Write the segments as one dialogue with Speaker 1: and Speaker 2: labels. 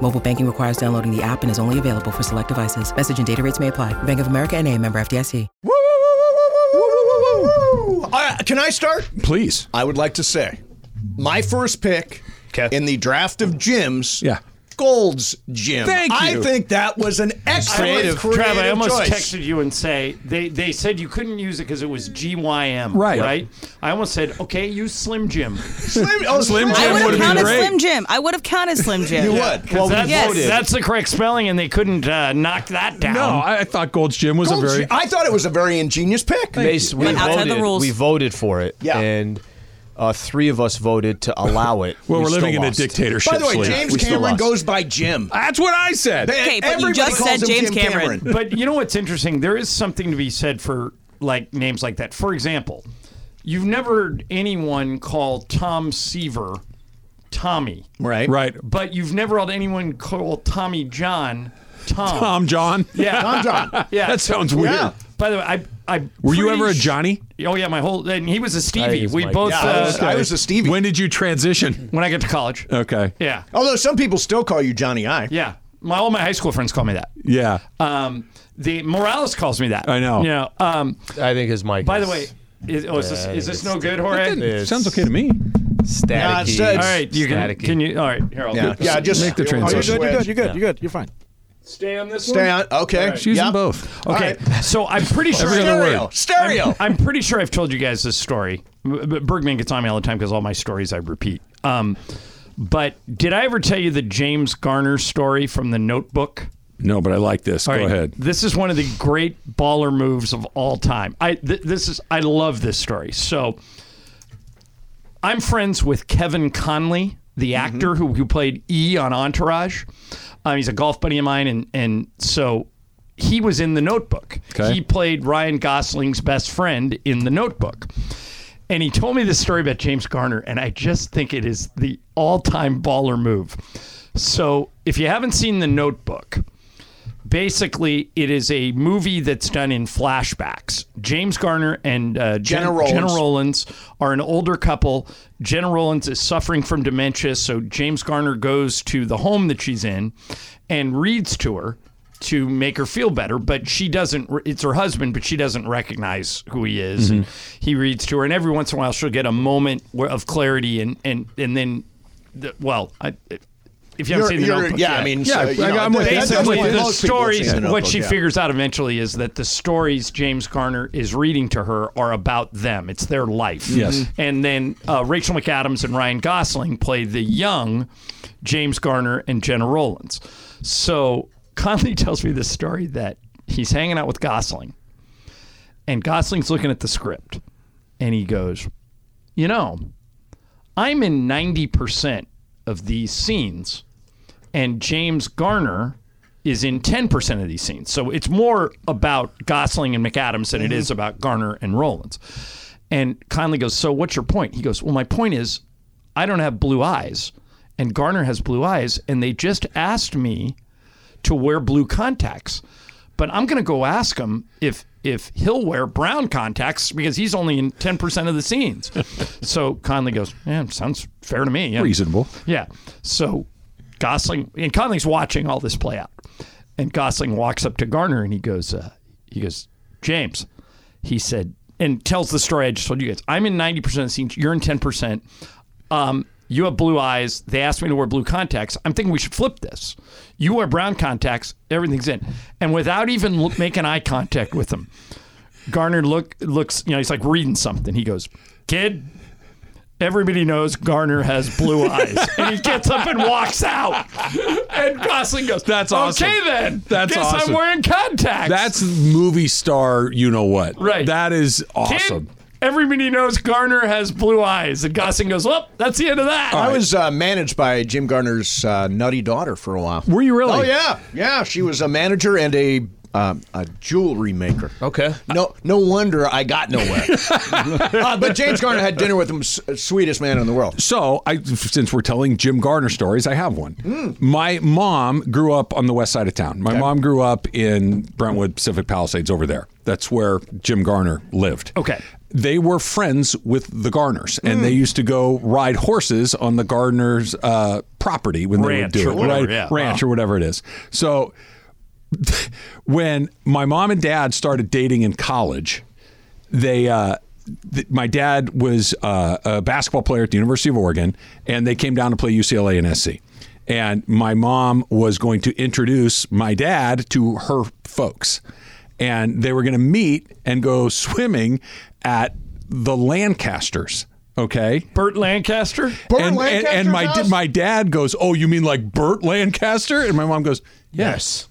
Speaker 1: Mobile banking requires downloading the app and is only available for select devices. Message and data rates may apply. Bank of America and a member FDIC.
Speaker 2: Woo, woo, woo, woo, woo, woo, woo, woo. Uh, can I start?
Speaker 3: Please.
Speaker 2: I would like to say my first pick
Speaker 3: 'Kay.
Speaker 2: in the draft of gyms.
Speaker 3: Yeah.
Speaker 2: Gold's Gym.
Speaker 3: Thank
Speaker 2: I
Speaker 3: you.
Speaker 2: think that was an excellent
Speaker 4: Trav,
Speaker 2: creative,
Speaker 4: Trav, I almost
Speaker 2: choice.
Speaker 4: texted you and say they, they said you couldn't use it because it was GYM.
Speaker 3: Right.
Speaker 4: Right. I almost said, okay, use Slim Jim.
Speaker 2: Slim, oh, Slim
Speaker 5: I
Speaker 3: Jim
Speaker 5: would have
Speaker 3: would've been
Speaker 5: counted
Speaker 3: great.
Speaker 5: Slim Jim. I would have counted Slim Jim.
Speaker 2: You would.
Speaker 4: 'Cause
Speaker 6: Oh,
Speaker 4: that's,
Speaker 5: Yes. voted.
Speaker 4: that's the correct spelling, and they couldn't uh, knock that down.
Speaker 3: No, I, I thought Gold's Gym was
Speaker 2: Gold's
Speaker 3: a very.
Speaker 2: Gym- I thought it was a very ingenious pick.
Speaker 6: Base, we
Speaker 5: But outside the
Speaker 6: voted.
Speaker 5: rules.
Speaker 6: We voted for it.
Speaker 2: Yeah.
Speaker 6: And uh, three of us voted to allow it.
Speaker 3: well,
Speaker 6: We
Speaker 3: we are
Speaker 6: still
Speaker 3: living in a
Speaker 6: lost.
Speaker 3: dictatorship.
Speaker 2: By the way,
Speaker 3: Slim.
Speaker 2: James
Speaker 6: we still
Speaker 2: Cameron
Speaker 6: lost.
Speaker 2: goes by Jim.
Speaker 3: That's what I said.
Speaker 5: Okay, but you
Speaker 2: Everybody
Speaker 5: just
Speaker 2: calls
Speaker 5: said
Speaker 2: him
Speaker 5: James
Speaker 2: Jim
Speaker 5: Cameron.
Speaker 4: but you know what's interesting? There is something to be said for like names like that. For example, you've never heard anyone call Tom Seaver Tommy,
Speaker 2: Right.
Speaker 3: Right.
Speaker 4: but you've never heard anyone call Tommy John Tom.
Speaker 3: Tom John.
Speaker 4: Yeah,
Speaker 2: Tom John.
Speaker 4: Yeah.
Speaker 3: That sounds weird.
Speaker 2: Yeah.
Speaker 4: By the way, I I
Speaker 3: Were you
Speaker 4: pretty
Speaker 3: ever a
Speaker 4: sh-
Speaker 3: Johnny?
Speaker 4: Oh yeah, my whole and he was a Stevie.
Speaker 6: he's
Speaker 4: We
Speaker 6: Mike.
Speaker 4: both
Speaker 2: Yeah, I,
Speaker 4: uh,
Speaker 2: was, I was a Stevie.
Speaker 3: When did you transition?
Speaker 4: when I got to college.
Speaker 3: Okay.
Speaker 4: Yeah,
Speaker 2: Although some people still call you Johnny I.
Speaker 4: yeah. My all my high school friends call me that.
Speaker 3: Yeah.
Speaker 4: Um, the Morales calls me that.
Speaker 3: I know.
Speaker 4: You know. Um,
Speaker 6: I think his mic.
Speaker 4: by
Speaker 6: is
Speaker 4: the way, is, oh, is this
Speaker 6: Yeah,
Speaker 4: is this
Speaker 6: it's-
Speaker 4: no good, Jorge?
Speaker 6: it's
Speaker 3: Sounds okay to me.
Speaker 6: Staticky.
Speaker 2: Nah, it's- it's-
Speaker 4: All right, you can
Speaker 6: Staticky.
Speaker 4: can you all right here I'll
Speaker 2: Yeah,
Speaker 4: do-
Speaker 2: yeah just
Speaker 3: Make the
Speaker 2: Oh, you're
Speaker 3: transition.
Speaker 2: good, you're good, you're good.
Speaker 7: You're good. You're fine.
Speaker 4: stay on this
Speaker 2: Stay
Speaker 4: one.
Speaker 2: on.
Speaker 6: oh,
Speaker 2: Okay.
Speaker 3: She's
Speaker 2: Yep.
Speaker 3: in both.
Speaker 4: Okay, so I'm pretty sure
Speaker 3: Every other
Speaker 2: Stereo.
Speaker 3: word.
Speaker 2: Stereo.
Speaker 4: I'm, I'm pretty sure I've told you guys this story. B- B- Bergman gets on me all the time because all my stories I repeat. Um, but did I ever tell you the James Garner story from The Notebook?
Speaker 3: No, but I like this. Go
Speaker 4: All right,
Speaker 3: ahead.
Speaker 4: This is one of the great baller moves of all time. I th- this is I love this story. So I'm friends with Kevin Conley, the
Speaker 3: Mm-hmm.
Speaker 4: actor who, who played E on Entourage. Um, he's a golf buddy of mine, and and so he was in The Notebook.
Speaker 3: Okay.
Speaker 4: He played Ryan Gosling's best friend in The Notebook. And he told me this story about James Garner, and I just think it is the all-time baller move. So, if you haven't seen The Notebook, basically it is a movie that's done in flashbacks. James Garner and uh, Jen-
Speaker 2: Jenna Rollins.
Speaker 4: Jenna Rollins are an older couple. Jenna Rollins is suffering from dementia, so James Garner goes to the home that she's in and reads to her to make her feel better but she doesn't it's her husband but she doesn't recognize who he is
Speaker 2: Mm-hmm.
Speaker 4: and he reads to her and every once in a while she'll get a moment where- of clarity and and and then the, well I, if you haven't
Speaker 2: You're-
Speaker 4: seen the
Speaker 2: you're-
Speaker 4: notebook
Speaker 2: yeah,
Speaker 4: yet
Speaker 2: I mean,
Speaker 3: Yeah,
Speaker 2: so, you
Speaker 3: I-
Speaker 2: know,
Speaker 3: I'm with
Speaker 2: that-
Speaker 3: you.
Speaker 2: that's
Speaker 3: Basically,
Speaker 2: what
Speaker 3: the
Speaker 2: most
Speaker 4: the
Speaker 2: people
Speaker 4: stories,
Speaker 2: see in a
Speaker 4: what
Speaker 2: notebook,
Speaker 4: she
Speaker 2: yeah.
Speaker 4: figures out eventually is that the stories James Garner is reading to her are about them. It's their life.
Speaker 3: Yes.
Speaker 2: Mm-hmm.
Speaker 4: And then uh, Rachel McAdams and Ryan Gosling play the young James Garner and Jenna Rollins. So Conley tells me this story that he's hanging out with Gosling, and Gosling's looking at the script, and he goes, "You know, I'm in 90% of these scenes." and James Garner is in 10% of these scenes. So it's more about Gosling and McAdams than it is about Garner and Rollins. And Conley goes, So what's your point? He goes, Well, my point is I don't have blue eyes, and Garner has blue eyes, and they just asked me to wear blue contacts. But I'm going to go ask him if if he'll wear brown contacts because he's only in 10% of the scenes. so Conley goes, Yeah, sounds fair to me. Yeah.
Speaker 3: Reasonable.
Speaker 4: Yeah. So Gosling and Conley's watching all this play out, and Gosling walks up to Garner and he goes, uh, he goes, James, he said, and tells the story I just told you guys. I'm in 90 percent of the scenes. You're in 10 percent. Um, you have blue eyes. They asked me to wear blue contacts. I'm thinking we should flip this. You wear brown contacts. Everything's in. And without even look, making eye contact with them, Garner look looks. You know, he's like reading something. He goes, "Kid, Everybody knows Garner has blue eyes. and he gets up and walks out. And Gosling goes,
Speaker 3: That's awesome.
Speaker 4: Okay, then.
Speaker 3: That's
Speaker 4: Guess
Speaker 3: awesome.
Speaker 4: I'm wearing contacts.
Speaker 3: That's movie star, you know what.
Speaker 4: Right.
Speaker 3: That is
Speaker 4: Kid,
Speaker 3: awesome.
Speaker 4: Everybody knows Garner has blue eyes. And Gosling goes, Well, that's the end of that.
Speaker 2: I was uh, managed by Jim Garner's uh, nutty daughter for a while.
Speaker 3: Were you really?
Speaker 2: Oh yeah, yeah. She was a manager and a
Speaker 6: um, a jewelry maker.
Speaker 2: Okay.
Speaker 6: No, no wonder I got nowhere. Uh, but James Garner had dinner with the s- sweetest man in the world.
Speaker 3: So, I since we're telling Jim Garner stories, I have one. My mom grew up on the west side of town. My mom grew up in Brentwood Pacific Palisades over there. That's where Jim Garner lived.
Speaker 4: Okay. Mm.
Speaker 3: They were friends with the Garners, and they used to go ride horses on the Garners' uh, property when
Speaker 4: Ranch
Speaker 3: they would do
Speaker 4: or
Speaker 3: it,
Speaker 4: whatever,
Speaker 3: right?
Speaker 4: yeah.
Speaker 3: ranch or whatever it is. So, when my mom and dad started dating in college, they uh, th- my dad was uh, a basketball player at the University of Oregon, and they came down to play UCLA and SC. And my mom was going to introduce my dad to her folks, and they were going to meet and go swimming at the Lancasters. Okay,
Speaker 4: Burt Lancaster?
Speaker 6: Burt
Speaker 3: and, and,
Speaker 6: Lancaster's
Speaker 3: and my di-
Speaker 6: house?
Speaker 3: my dad goes, "Oh, you mean like Burt Lancaster?" And my mom goes, "Yes."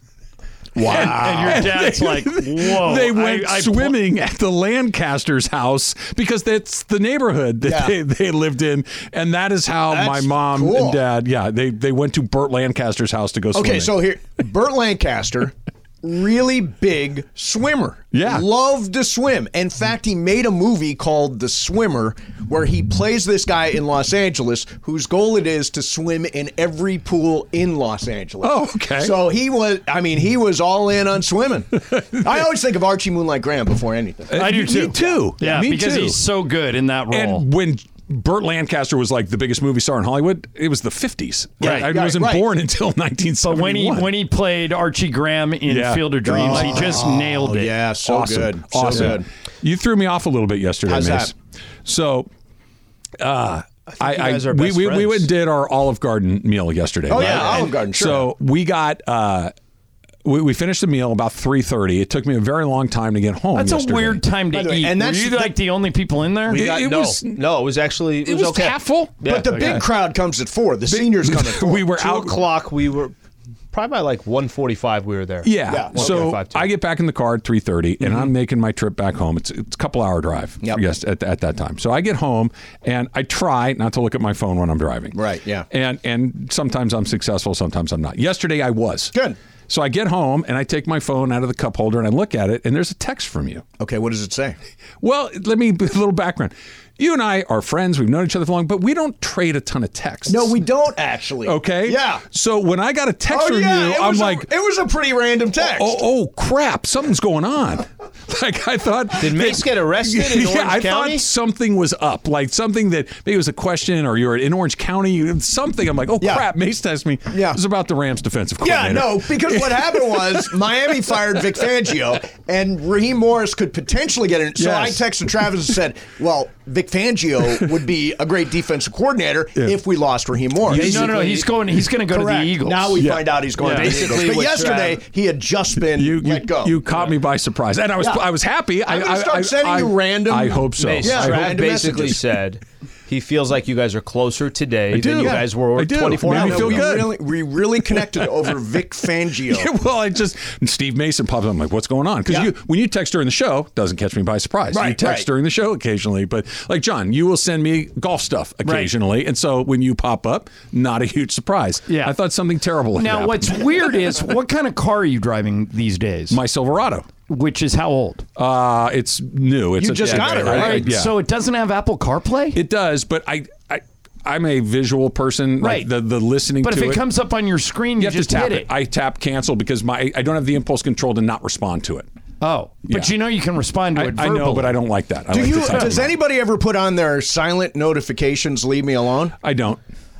Speaker 3: Wow.
Speaker 4: And your dad's like,
Speaker 6: Oh,
Speaker 4: whoa.
Speaker 3: they
Speaker 4: I-
Speaker 3: went
Speaker 4: I pl-
Speaker 3: swimming at the Lancaster's house because that's the neighborhood that
Speaker 6: Yeah.
Speaker 3: they, they lived in, and that is how my
Speaker 6: That's
Speaker 3: mom
Speaker 6: cool.
Speaker 3: and dad, yeah, they they went to Burt Lancaster's house to go swimming.
Speaker 6: Okay, so here, Burt Lancaster, really big swimmer.
Speaker 3: Yeah.
Speaker 6: Loved to swim. In fact, he made a movie called The Swimmer where he plays this guy in Los Angeles whose goal it is to swim in every pool in Los Angeles.
Speaker 3: Oh, okay.
Speaker 6: So he was, I mean, he was all in on swimming. I always think of Archie Moonlight Graham before anything.
Speaker 4: I do
Speaker 3: Me
Speaker 4: too.
Speaker 3: too.
Speaker 4: Yeah,
Speaker 3: Me
Speaker 4: because
Speaker 3: too.
Speaker 4: he's so good in that
Speaker 6: Oh.
Speaker 4: role.
Speaker 3: and when. Burt Lancaster was like the biggest movie star in Hollywood. It was the 50s.
Speaker 4: Right.
Speaker 3: I
Speaker 4: Yeah,
Speaker 3: wasn't
Speaker 6: right.
Speaker 3: born until 1971.
Speaker 4: but when he when he played Archie Graham in
Speaker 3: Yeah. Oh,
Speaker 4: Field of Dreams, he just nailed it.
Speaker 6: Oh, Yeah, so
Speaker 3: awesome.
Speaker 6: good. So
Speaker 3: Awesome.
Speaker 6: good.
Speaker 3: You threw me off a little bit yesterday,
Speaker 6: How's
Speaker 3: Mace. So, uh, I,
Speaker 2: you guys are
Speaker 3: we,
Speaker 2: best
Speaker 3: we, we
Speaker 2: friends.
Speaker 3: went and did our Olive Garden meal yesterday.
Speaker 6: Oh, yeah, Olive
Speaker 3: And
Speaker 6: Garden, sure.
Speaker 3: So we got. Uh, we, we finished the meal about three thirty. It took me a very long time to get home.
Speaker 4: That's
Speaker 3: yesterday.
Speaker 4: a weird time to
Speaker 6: By the way,
Speaker 4: eat.
Speaker 6: and
Speaker 4: And
Speaker 6: that's
Speaker 4: Were you
Speaker 6: the-
Speaker 4: like the only people in there?
Speaker 3: It,
Speaker 7: Yeah,
Speaker 3: it
Speaker 7: no,
Speaker 3: was.
Speaker 7: no, it was actually it,
Speaker 3: It was
Speaker 7: okay.
Speaker 3: half full.
Speaker 6: but the big crowd comes at four. The seniors come at four.
Speaker 3: We were
Speaker 7: two
Speaker 3: out.
Speaker 7: o'clock. We were probably by like one forty-five. We were there.
Speaker 3: Yeah.
Speaker 7: Yeah.
Speaker 3: So
Speaker 7: 1:45 too.
Speaker 3: I get back in the car at three and I'm making my trip back home. It's it's a couple hour drive.
Speaker 6: Mm-hmm. Yep.
Speaker 3: Yes, at, at that time. So I get home and I try not to look at my phone when I'm driving.
Speaker 6: Right, yeah.
Speaker 3: And and sometimes I'm successful, sometimes I'm not. Yesterday I was.
Speaker 6: Good.
Speaker 3: So I get home and I take my phone out of the cup holder and I look at it and there's a text from you.
Speaker 6: okay, what does it say?
Speaker 3: Well, let me a little background. You and I are friends. We've known each other for long, but we don't trade a ton of texts.
Speaker 6: No, we don't actually.
Speaker 3: Okay.
Speaker 6: Yeah. Oh,
Speaker 3: So when I got a text from you,
Speaker 6: it
Speaker 3: I'm
Speaker 6: was a-
Speaker 3: like,
Speaker 6: it was a pretty random text.
Speaker 3: oh, oh crap, something's going on. like I thought.
Speaker 7: Did Mace get arrested in
Speaker 3: yeah,
Speaker 7: Orange
Speaker 3: I
Speaker 7: County?
Speaker 3: thought something was up, like something that maybe it was a question, or you're in Orange County, you- something. I'm like, oh
Speaker 6: Yeah.
Speaker 3: crap, Mace texted me.
Speaker 6: Yeah.
Speaker 3: it was about the Rams' defensive
Speaker 6: Yeah,
Speaker 3: coordinator.
Speaker 6: no, because what happened was Miami fired Vic Fangio, and Raheem Morris could potentially get in. So
Speaker 3: Yes.
Speaker 6: I texted Travis and said, "Well, Vic Fangio would be a great defensive coordinator if we lost Raheem Morris."
Speaker 4: no, no, no. He's going. He's going to go to
Speaker 6: Correct.
Speaker 4: the Eagles.
Speaker 6: Now we find out he's going
Speaker 4: Yeah.
Speaker 6: to the Eagles.
Speaker 7: Basically
Speaker 6: But
Speaker 7: what
Speaker 6: yesterday
Speaker 7: Trav-
Speaker 6: he had just been
Speaker 3: You, you,
Speaker 6: let go.
Speaker 3: you caught me by surprise, and I was
Speaker 6: Yeah.
Speaker 3: I was happy.
Speaker 6: I'm gonna
Speaker 3: I, I-
Speaker 6: start
Speaker 3: I-
Speaker 6: sending
Speaker 3: I-
Speaker 6: you random
Speaker 3: I hope so.
Speaker 7: Mace,
Speaker 6: Yeah,
Speaker 3: I
Speaker 7: Trav
Speaker 3: hope-
Speaker 6: random
Speaker 7: basically
Speaker 6: messages.
Speaker 7: said he feels like you guys are closer today
Speaker 3: I do.
Speaker 7: than you
Speaker 3: Yeah.
Speaker 7: guys were
Speaker 3: I do.
Speaker 7: 24
Speaker 3: Made
Speaker 7: hours
Speaker 3: me
Speaker 7: ago.
Speaker 3: feel
Speaker 6: we
Speaker 3: good.
Speaker 6: Really, we really connected over Vic Fangio.
Speaker 3: well, I just Steve Mason pops up. I'm like, what's going on? Because
Speaker 6: Yeah.
Speaker 3: you when you text during the show, doesn't catch me by surprise. you
Speaker 6: Right,
Speaker 3: text
Speaker 6: right.
Speaker 3: during the show occasionally, but like John, you will send me golf stuff occasionally, and so when you pop up, not a huge surprise.
Speaker 4: Yeah.
Speaker 3: I thought something terrible. Had
Speaker 4: Now,
Speaker 3: happened.
Speaker 4: what's weird is what kind of car are you driving these days?
Speaker 3: my Silverado?
Speaker 4: Which is how old?
Speaker 3: Uh, it's new. It's
Speaker 6: You
Speaker 3: a-
Speaker 6: just
Speaker 3: yeah,
Speaker 6: got it,
Speaker 3: I- I-
Speaker 6: right?
Speaker 3: yeah.
Speaker 4: So it doesn't have Apple CarPlay.
Speaker 3: it does, but I, I, I'm a visual person. like,
Speaker 4: Right.
Speaker 3: the the listening.
Speaker 4: but
Speaker 3: to
Speaker 4: if it,
Speaker 3: it
Speaker 4: comes up on your screen, you,
Speaker 3: you have
Speaker 4: just
Speaker 3: to tap
Speaker 4: hit
Speaker 3: it.
Speaker 4: it.
Speaker 3: I tap cancel because my I don't have the impulse control to not respond to it.
Speaker 4: oh, but
Speaker 3: Yeah.
Speaker 4: you know you can respond to
Speaker 3: I,
Speaker 4: it.
Speaker 3: I
Speaker 4: verbally.
Speaker 3: know, but I don't like that. I
Speaker 6: Do
Speaker 3: like
Speaker 6: you?
Speaker 3: to type
Speaker 6: Does
Speaker 3: them out.
Speaker 6: anybody ever put on their silent notifications? Leave me alone.
Speaker 3: I don't.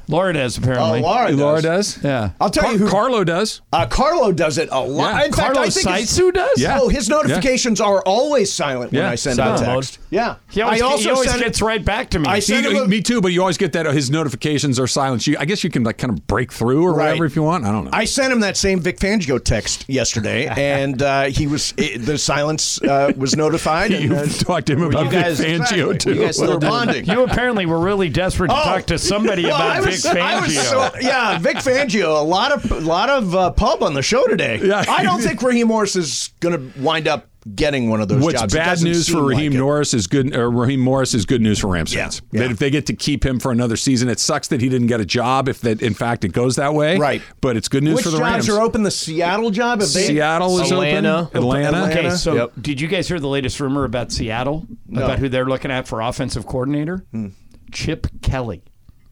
Speaker 4: Laura does
Speaker 6: Oh,
Speaker 4: apparently.
Speaker 3: Oh, Laura does.
Speaker 4: Yeah.
Speaker 6: I'll tell you who.
Speaker 3: Carlo does.
Speaker 6: uh, Carlo does it a lot.
Speaker 3: Yeah.
Speaker 6: In fact, I
Speaker 4: Carlos
Speaker 6: think his-
Speaker 4: Saizu does.
Speaker 3: Yeah.
Speaker 6: Oh, his notifications are always silent when
Speaker 3: Yeah.
Speaker 6: I send him a
Speaker 7: Silent mode.
Speaker 6: text. Yeah.
Speaker 4: He always,
Speaker 6: I also
Speaker 4: he always
Speaker 6: sent
Speaker 4: gets
Speaker 6: it,
Speaker 4: right back to me.
Speaker 6: I sent him
Speaker 3: He-
Speaker 6: a,
Speaker 3: me too, but you always get that uh, his notifications are silent. You, I guess you can like kind of break through or
Speaker 6: Right.
Speaker 3: whatever if you want. I don't know.
Speaker 6: I sent him that same Vic Fangio text yesterday, and uh, he was it, the silence uh, was notified. and,
Speaker 3: you
Speaker 6: uh,
Speaker 3: talked to him about Vic
Speaker 7: guys-
Speaker 3: Fangio
Speaker 6: exactly.
Speaker 3: too.
Speaker 7: You guys
Speaker 6: we were
Speaker 7: still did it.
Speaker 6: bonding.
Speaker 4: you apparently were really desperate to
Speaker 6: Oh.
Speaker 4: talk to somebody
Speaker 6: Well,
Speaker 4: about
Speaker 6: I
Speaker 4: Vic
Speaker 6: was- I
Speaker 4: Fangio.
Speaker 6: was so- yeah, Vic Fangio. A lot of a lot of uh, pub on the show today.
Speaker 3: Yeah.
Speaker 6: I don't think Raheem Morris is going to wind up getting one of those
Speaker 3: What's
Speaker 6: jobs. It
Speaker 3: bad
Speaker 6: doesn't
Speaker 3: news for
Speaker 6: seem like
Speaker 3: Raheem
Speaker 6: it.
Speaker 3: Norris is good. Or Raheem Morris is good news for Rams
Speaker 6: Yeah,
Speaker 3: fans.
Speaker 6: yeah.
Speaker 3: That if they get to keep him for another season, it sucks that he didn't get a job. If that in fact it goes that way,
Speaker 6: Right.
Speaker 3: But it's good news
Speaker 6: Which
Speaker 3: for the
Speaker 6: jobs
Speaker 3: Rams.
Speaker 6: are open? The Seattle job? If they-
Speaker 3: Seattle is
Speaker 7: Atlanta.
Speaker 3: open. Atlanta.
Speaker 6: Atlanta.
Speaker 4: Okay, so
Speaker 7: Yep.
Speaker 4: did you guys hear the latest rumor about Seattle? About who they're looking at for offensive coordinator?
Speaker 6: Hmm.
Speaker 4: Chip Kelly.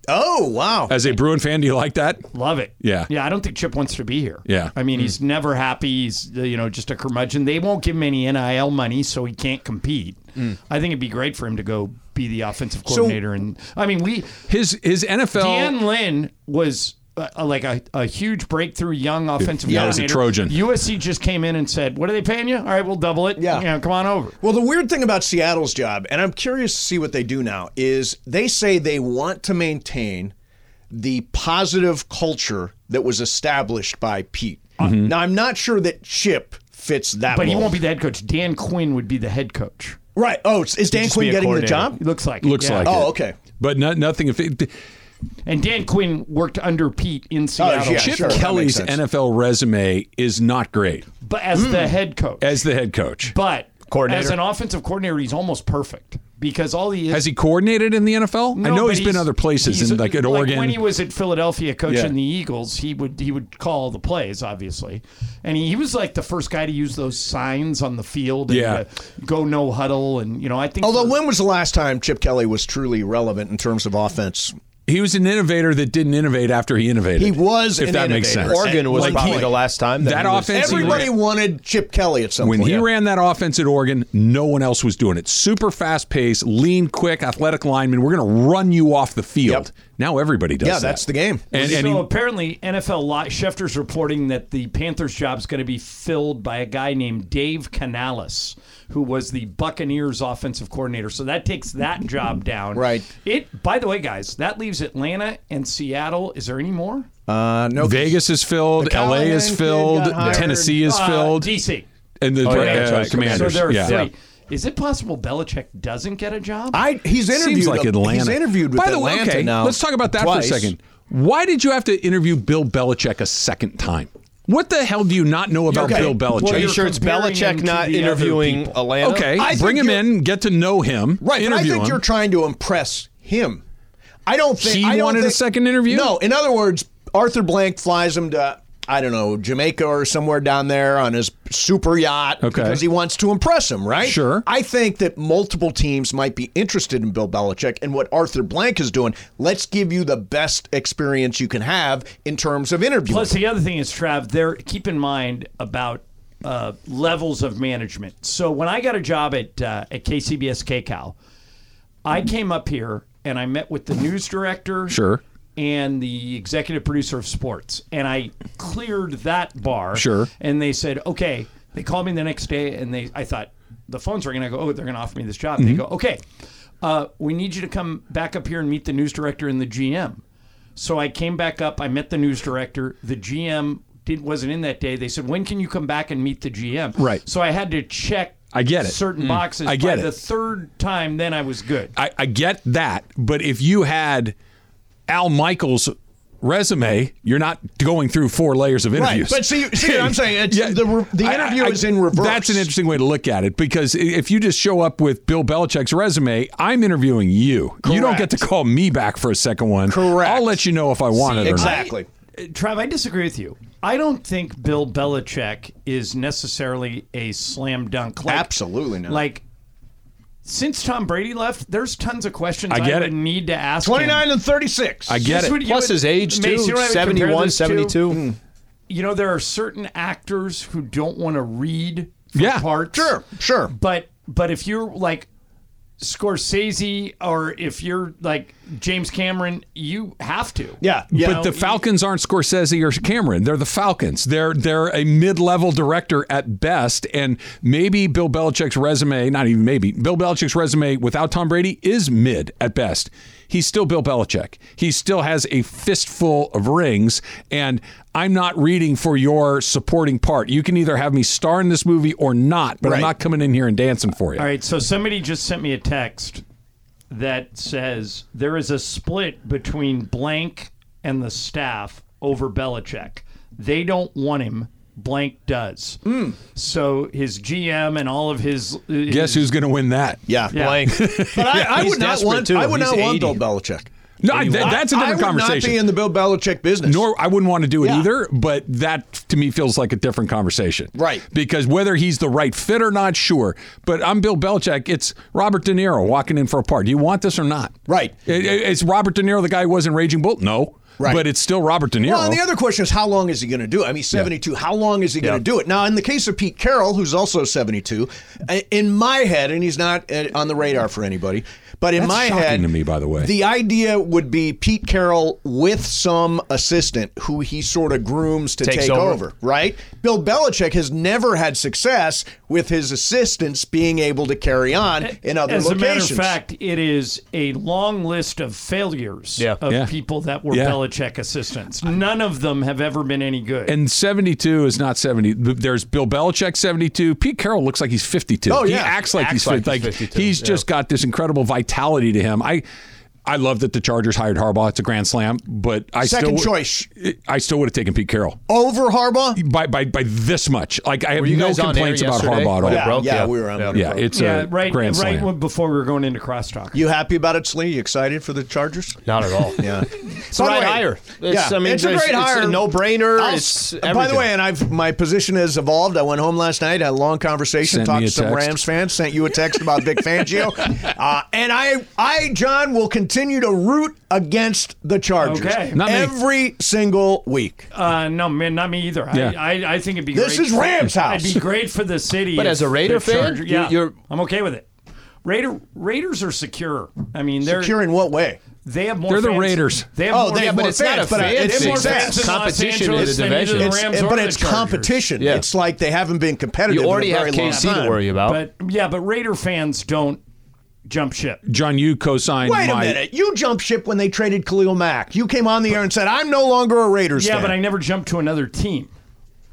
Speaker 6: Oh wow!
Speaker 3: As a Bruin fan, do you like that?
Speaker 4: Love it.
Speaker 3: Yeah.
Speaker 4: Yeah, I don't think Chip wants to be here.
Speaker 3: Yeah.
Speaker 4: I
Speaker 6: Hmm.
Speaker 4: mean, he's never happy. He's, uh, you know, just a curmudgeon. They won't give him any NIL money, so he can't compete.
Speaker 6: Hmm.
Speaker 4: I think it'd be great for him to go be the offensive coordinator. and I mean, we,
Speaker 3: His his NFL.
Speaker 4: Dan Lynn was uh, uh, like a, a huge breakthrough young offensive
Speaker 3: Yeah, he was a
Speaker 4: coordinator.
Speaker 3: Trojan.
Speaker 4: USC just came in and said, "What are they paying you? All right, we'll double it.
Speaker 6: Yeah.
Speaker 4: you know, come on over."
Speaker 6: Well, the weird thing about Seattle's job, and I'm curious to see what they do now, is they say they want to maintain the positive culture that was established by Pete. Now, I'm not sure that Chip fits that.
Speaker 4: But he
Speaker 6: role.
Speaker 4: won't be the head coach. Dan Quinn would be the head coach.
Speaker 6: right. Oh, is is Dan
Speaker 7: just
Speaker 6: Quinn
Speaker 7: be a
Speaker 6: getting the job?
Speaker 7: coordinator.
Speaker 4: It looks like. it,
Speaker 3: Looks
Speaker 4: yeah.
Speaker 3: like
Speaker 6: Oh,
Speaker 3: it.
Speaker 6: okay.
Speaker 3: But not, nothing. If it, Oh,
Speaker 4: And Dan Quinn worked under Pete in Seattle,
Speaker 6: yeah,
Speaker 3: Chip
Speaker 6: sure, that makes
Speaker 3: Kelly's
Speaker 6: sense.
Speaker 3: NFL resume is not great
Speaker 4: but as the head coach,
Speaker 3: Hmm. as the head coach.
Speaker 4: but
Speaker 7: Coordinator.
Speaker 4: as an offensive coordinator, he's almost perfect because all he is.
Speaker 3: Has he coordinated in the NFL? I
Speaker 4: No,
Speaker 3: know
Speaker 4: but
Speaker 3: he's been other places
Speaker 4: he's-
Speaker 3: in like at Oregon.
Speaker 4: When he was at Philadelphia coaching
Speaker 3: Yeah.
Speaker 4: the Eagles, he would he would call the plays, obviously, and he, he was like the first guy to use those signs on the field. And
Speaker 3: Yeah.
Speaker 4: uh, go no huddle, and you know I think.
Speaker 6: Although,
Speaker 4: for-
Speaker 6: when was the last time Chip Kelly was truly relevant in terms of offense?
Speaker 3: He was an innovator that didn't innovate after he innovated.
Speaker 6: He was
Speaker 3: if
Speaker 6: an
Speaker 3: that makes sense.
Speaker 6: innovator.
Speaker 7: Oregon was
Speaker 3: Like,
Speaker 7: probably
Speaker 3: he-
Speaker 7: the last time that,
Speaker 3: that
Speaker 7: he was-
Speaker 3: offense- Since he
Speaker 6: Everybody
Speaker 3: ran-
Speaker 6: wanted Chip Kelly at some
Speaker 3: When
Speaker 6: point.
Speaker 3: he ran that offense at Oregon, no one else was doing it. Super fast pace, lean, quick, athletic lineman. We're going to run you off the field. Now everybody does.
Speaker 6: Yeah,
Speaker 3: that.
Speaker 6: that's the game.
Speaker 3: And,
Speaker 4: so
Speaker 3: and he-
Speaker 4: apparently, NFL li- Schefter's reporting that the Panthers' job is going to be filled by a guy named Dave Canales, who was the Buccaneers' offensive coordinator. So that takes that job down.
Speaker 6: Right.
Speaker 4: It. By the way, guys, that leaves Atlanta and Seattle. Is there any more?
Speaker 6: Uh, no,
Speaker 3: Vegas is filled,
Speaker 6: The
Speaker 3: LA is
Speaker 6: Callahan kid
Speaker 3: filled,
Speaker 6: got hired.
Speaker 3: Tennessee is
Speaker 4: Uh,
Speaker 3: filled,
Speaker 4: DC.
Speaker 3: and the
Speaker 7: Oh, yeah, that's
Speaker 3: uh,
Speaker 7: right.
Speaker 3: Commanders.
Speaker 4: So there are
Speaker 3: yeah.
Speaker 4: three. Is it possible Belichick doesn't get a job?
Speaker 6: I he's interviewed.
Speaker 3: Seems like Atlanta.
Speaker 6: He's interviewed with
Speaker 3: By the
Speaker 6: Atlanta
Speaker 3: way, okay,
Speaker 6: now.
Speaker 3: Let's talk about that
Speaker 6: twice.
Speaker 3: for a second. Why did you have to interview Bill Belichick a second time? What the hell do you not know about
Speaker 6: Okay.
Speaker 3: Bill
Speaker 6: Well,
Speaker 3: Belichick?
Speaker 7: Are you
Speaker 4: you're
Speaker 7: sure it's
Speaker 4: comparing him
Speaker 7: Belichick
Speaker 4: to
Speaker 7: not
Speaker 4: the other
Speaker 7: interviewing
Speaker 4: people.
Speaker 7: Atlanta?
Speaker 3: Okay,
Speaker 6: I think
Speaker 3: bring him
Speaker 6: you're-
Speaker 3: in, get to know him,
Speaker 6: Right, but I
Speaker 3: interview
Speaker 6: think
Speaker 3: him.
Speaker 6: you're trying to impress him. I don't think
Speaker 3: He
Speaker 6: I don't
Speaker 3: wanted a
Speaker 6: think-
Speaker 3: second interview?
Speaker 6: No, in other words, Arthur Blank flies him to I don't know Jamaica or somewhere down there on his super yacht
Speaker 3: Okay.
Speaker 6: because he wants to impress him, right?
Speaker 3: Sure.
Speaker 6: I think that multiple teams might be interested in Bill Belichick and what Arthur Blank is doing. Let's give you the best experience you can have in terms of interviewing.
Speaker 4: Plus, the other thing is, Trav, there. Keep in mind about uh, levels of management. So when I got a job at uh, at KCBS KCAL, I came up here and I met with the news director.
Speaker 3: Sure.
Speaker 4: And the executive producer of sports, and I cleared that bar.
Speaker 3: Sure.
Speaker 4: And they said, okay. They called me the next day, and they I thought the phones were going to go. Oh, they're going to offer me this job.
Speaker 3: Mm-hmm.
Speaker 4: They go, okay. Uh, we need you to come back up here and meet the news director and the GM. So I came back up. I met the news director. The GM did, wasn't in that day. They said, when can you come back and meet the GM?
Speaker 3: Right.
Speaker 4: So I had to check.
Speaker 3: I get it. Mm.
Speaker 4: Certain boxes.
Speaker 3: I get
Speaker 4: By
Speaker 3: it.
Speaker 4: The third time, then I was good.
Speaker 3: I, I get that, but if you had Al Michaels' resume, you're not going through four layers of interviews.
Speaker 6: but see- see what I'm saying? It's- the re- the interview is in reverse.
Speaker 3: That's an interesting way to look at it because i- if you just show up with Bill Belichick's resume, I'm interviewing you. You don't get to call me back for a second one.
Speaker 6: Correct.
Speaker 3: I'll let you know if I want it or not.
Speaker 6: exactly.
Speaker 4: Uh, Trav, I disagree with you. I don't think Bill Belichick is necessarily a slam dunk. Like,
Speaker 6: Absolutely not.
Speaker 4: Like, since Tom Brady left, there's tons of questions I,
Speaker 3: get
Speaker 4: would
Speaker 3: it.
Speaker 4: need to ask. him.
Speaker 6: 29 and 36.
Speaker 3: I get
Speaker 4: This
Speaker 3: it.
Speaker 4: would- you
Speaker 7: Plus
Speaker 4: would-
Speaker 7: his age,
Speaker 4: Mace, you
Speaker 7: too.
Speaker 4: don't have to compare
Speaker 7: 71,
Speaker 4: this to-
Speaker 7: 72.
Speaker 4: You know, there are certain actors who don't want to read for
Speaker 3: Yeah,
Speaker 4: parts.
Speaker 6: sure, sure.
Speaker 4: But but if you're like Scorsese or if you're like James Cameron, you have to.
Speaker 6: Yeah,
Speaker 4: You
Speaker 6: yeah.
Speaker 3: But
Speaker 4: know,
Speaker 3: the Falcons aren't Scorsese or Cameron. They're the Falcons. They're they're a mid-level director at best, and maybe Bill Belichick's resume, not even maybe Bill Belichick's resume without Tom Brady is mid at best. He's still Bill Belichick. He still has a fistful of rings, and I'm not reading for your supporting part. You can either have me star in this movie or not, but I'm
Speaker 6: Right.
Speaker 3: not coming in here and dancing for you.
Speaker 4: All right, so somebody just sent me a text that says there is a split between blank and the staff over Belichick. They don't want him. blank does.
Speaker 6: Hmm.
Speaker 4: So his GM and all of his uh,
Speaker 3: Guess who's going to win that?
Speaker 6: Yeah.
Speaker 4: Yeah.
Speaker 6: But I, I
Speaker 7: He's
Speaker 6: would not
Speaker 7: desperate,
Speaker 6: want.
Speaker 7: too.
Speaker 6: I would
Speaker 7: He's
Speaker 6: not want
Speaker 7: 80.
Speaker 6: Bill Belichick.
Speaker 3: No, I, th- that's a
Speaker 6: I- I
Speaker 3: different
Speaker 6: would
Speaker 3: conversation.
Speaker 6: Not be in the Bill Belichick business.
Speaker 3: Nor I wouldn't want to do it
Speaker 6: Yeah.
Speaker 3: either, but that to me feels like a different conversation.
Speaker 6: Right.
Speaker 3: Because whether he's the right fit or not, sure. But I'm Bill Belichick. It's Robert De Niro walking in for a part. Do you want this or not?
Speaker 6: Right.
Speaker 3: It, it- it's Robert De Niro, the guy who was in Raging Bull? No.
Speaker 6: Right.
Speaker 3: But it's still Robert De Niro.
Speaker 6: Well, and the other question is, how long is he going to do it? I mean, 72, how long is he going to do it? Now, in the case of Pete Carroll, who's also 72, I- in my head, and he's not uh, on the radar for anybody, but in
Speaker 3: That's
Speaker 6: my
Speaker 3: shocking
Speaker 6: head,
Speaker 3: to me, by the way.
Speaker 6: the idea would be Pete Carroll with some assistant who he sort of grooms to
Speaker 7: Takes
Speaker 6: take
Speaker 7: over.
Speaker 6: right? Bill Belichick has never had success with his assistants being able to carry on in other
Speaker 4: As
Speaker 6: locations.
Speaker 4: a matter of fact, it is a long list of failures
Speaker 7: Yeah.
Speaker 4: of
Speaker 3: Yeah.
Speaker 4: people that were
Speaker 3: Yeah.
Speaker 4: Belichick assistants. None of them have ever been any good.
Speaker 3: and 72 is not 70. There's Bill Belichick 72. Pete Carroll looks like he's 52.
Speaker 6: Oh,
Speaker 3: he
Speaker 6: yeah.
Speaker 3: acts like
Speaker 7: Acts
Speaker 3: he's
Speaker 7: like
Speaker 3: 50.
Speaker 7: he's
Speaker 3: Like
Speaker 7: 52,
Speaker 3: he's
Speaker 7: yeah.
Speaker 3: just got this incredible vitality to him. I I love that the Chargers hired Harbaugh. It's a grand slam, but I
Speaker 6: Second
Speaker 3: still
Speaker 6: choice.
Speaker 3: I still would have taken Pete Carroll
Speaker 6: Over Harbaugh?
Speaker 3: by by by this much. Like I have
Speaker 7: you
Speaker 3: no
Speaker 7: guys on air
Speaker 3: complaints about
Speaker 7: yesterday?
Speaker 3: Harbaugh at all.
Speaker 7: When it
Speaker 6: Yeah,
Speaker 7: broke,
Speaker 6: yeah,
Speaker 7: yeah.
Speaker 6: we were on.
Speaker 7: Yeah.
Speaker 6: when it
Speaker 3: Yeah,
Speaker 6: broke.
Speaker 3: it's
Speaker 4: yeah,
Speaker 3: a
Speaker 4: right,
Speaker 3: grand
Speaker 4: right
Speaker 3: slam.
Speaker 4: when- before we were going into crosstalk.
Speaker 6: You happy about it, Slee? You excited for the Chargers?
Speaker 7: Not at all.
Speaker 6: Yeah.
Speaker 7: It's the right hire. It's,
Speaker 6: yeah,
Speaker 7: I mean,
Speaker 6: it's a great hire.
Speaker 7: It's a no-brainer.
Speaker 6: I'll-
Speaker 7: It's
Speaker 6: by the
Speaker 7: everything.
Speaker 6: way, and I've my position has evolved. I went home last night, had a long conversation,
Speaker 3: Sent me
Speaker 6: talked
Speaker 3: a
Speaker 6: to some
Speaker 3: text.
Speaker 6: Rams fans, sent you a text about Vic Fangio, uh, and I, I, John, will continue to root against the Chargers
Speaker 4: Okay.
Speaker 3: Not me.
Speaker 6: every single week.
Speaker 4: Uh, no, man, not me either. I,
Speaker 3: Yeah.
Speaker 4: I, I think it'd be
Speaker 6: This
Speaker 4: great
Speaker 6: is Rams
Speaker 4: for,
Speaker 6: house.
Speaker 4: It'd be great for the city.
Speaker 7: But
Speaker 4: if
Speaker 7: as a Raider
Speaker 4: the
Speaker 7: fan,
Speaker 4: Charger-
Speaker 7: you-
Speaker 4: yeah,
Speaker 7: you're-
Speaker 4: I'm okay with it. Raider Raiders are secure. I mean, they're
Speaker 6: Secure in what way?
Speaker 4: They have more.
Speaker 3: They're the
Speaker 4: fans-
Speaker 3: Raiders.
Speaker 4: They have
Speaker 6: Oh,
Speaker 4: more
Speaker 6: they have
Speaker 4: fans-
Speaker 6: more
Speaker 7: it's not
Speaker 6: fans,
Speaker 7: a
Speaker 6: but
Speaker 7: fan
Speaker 6: it's
Speaker 7: thing.
Speaker 4: more fans
Speaker 6: success.
Speaker 4: in
Speaker 7: Competition
Speaker 4: Los
Speaker 7: in the
Speaker 4: Angeles than either
Speaker 7: division.
Speaker 4: the
Speaker 6: It's,
Speaker 4: Rams or
Speaker 6: but
Speaker 4: the
Speaker 6: it's
Speaker 4: Chargers.
Speaker 6: competition.
Speaker 7: Yeah.
Speaker 6: It's like they haven't been competitive.
Speaker 7: you already
Speaker 6: in a
Speaker 7: have
Speaker 6: very long
Speaker 7: KC
Speaker 6: time.
Speaker 7: to worry about.
Speaker 4: But yeah, but Raider fans don't jump ship.
Speaker 3: John, you co-signed
Speaker 6: Wait a
Speaker 3: my
Speaker 6: minute. You jumped ship when they traded Khalil Mack. You came on the air and said, I'm no longer a Raiders
Speaker 4: Yeah,
Speaker 6: fan.
Speaker 4: but I never jumped to another team.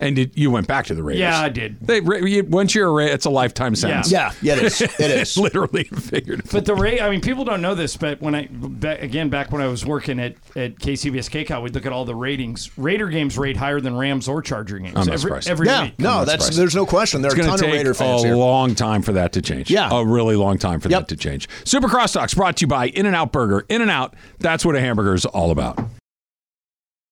Speaker 3: and it, you went back to the Raiders.
Speaker 4: Yeah, I did.
Speaker 3: They, Ra- you- once you're a Ra- it's a lifetime sentence.
Speaker 6: Yeah, yeah, it is. It is.
Speaker 3: literally and figuratively.
Speaker 4: But the Ray, I mean, people don't know this, but when I back, again back when I was working at at KCBS KCOW, we'd look at all the ratings. Raider games rate higher than Rams or Charger games
Speaker 3: I'm not
Speaker 4: every,
Speaker 3: surprised.
Speaker 4: every
Speaker 6: yeah,
Speaker 4: week.
Speaker 6: no, that's there's no question. There are
Speaker 3: It's
Speaker 6: a
Speaker 3: going
Speaker 6: ton
Speaker 3: to
Speaker 6: of
Speaker 3: take
Speaker 6: Raider
Speaker 3: a
Speaker 6: fans here.
Speaker 3: long time for that to change.
Speaker 6: Yeah.
Speaker 3: A really long time for
Speaker 6: Yep.
Speaker 3: that to change. Super Crosstalks brought to you by In N Out Burger. In N Out, that's what a hamburger is all about.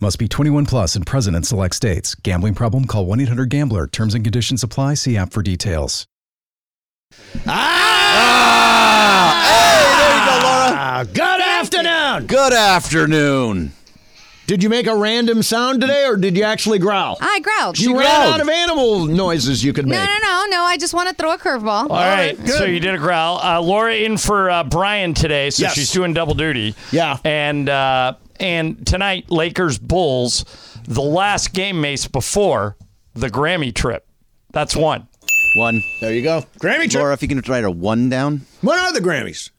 Speaker 8: Must be 21 plus and present in select states. Gambling problem? Call 1 800 Gambler. Terms and conditions apply. See app for details. Uh,
Speaker 6: Ah! Hey, there you go, Laura.
Speaker 2: Good afternoon.
Speaker 6: Good afternoon.
Speaker 2: Did you make a random sound today, or did you actually growl?
Speaker 9: I growled.
Speaker 2: you ran out of animal noises you could
Speaker 9: no,
Speaker 2: make.
Speaker 9: no, no, no. I just want to throw a curveball.
Speaker 4: All right, so you did a growl. Uh, Laura in for uh, Brian today, so
Speaker 6: Yes.
Speaker 4: she's doing double duty.
Speaker 6: Yeah.
Speaker 4: and uh, and tonight Lakers Bulls, the last game Mace before the Grammy trip. That's one.
Speaker 10: One.
Speaker 6: There you go. Grammy
Speaker 10: Laura,
Speaker 6: trip.
Speaker 10: if you can write a one down.
Speaker 6: When are the Grammys?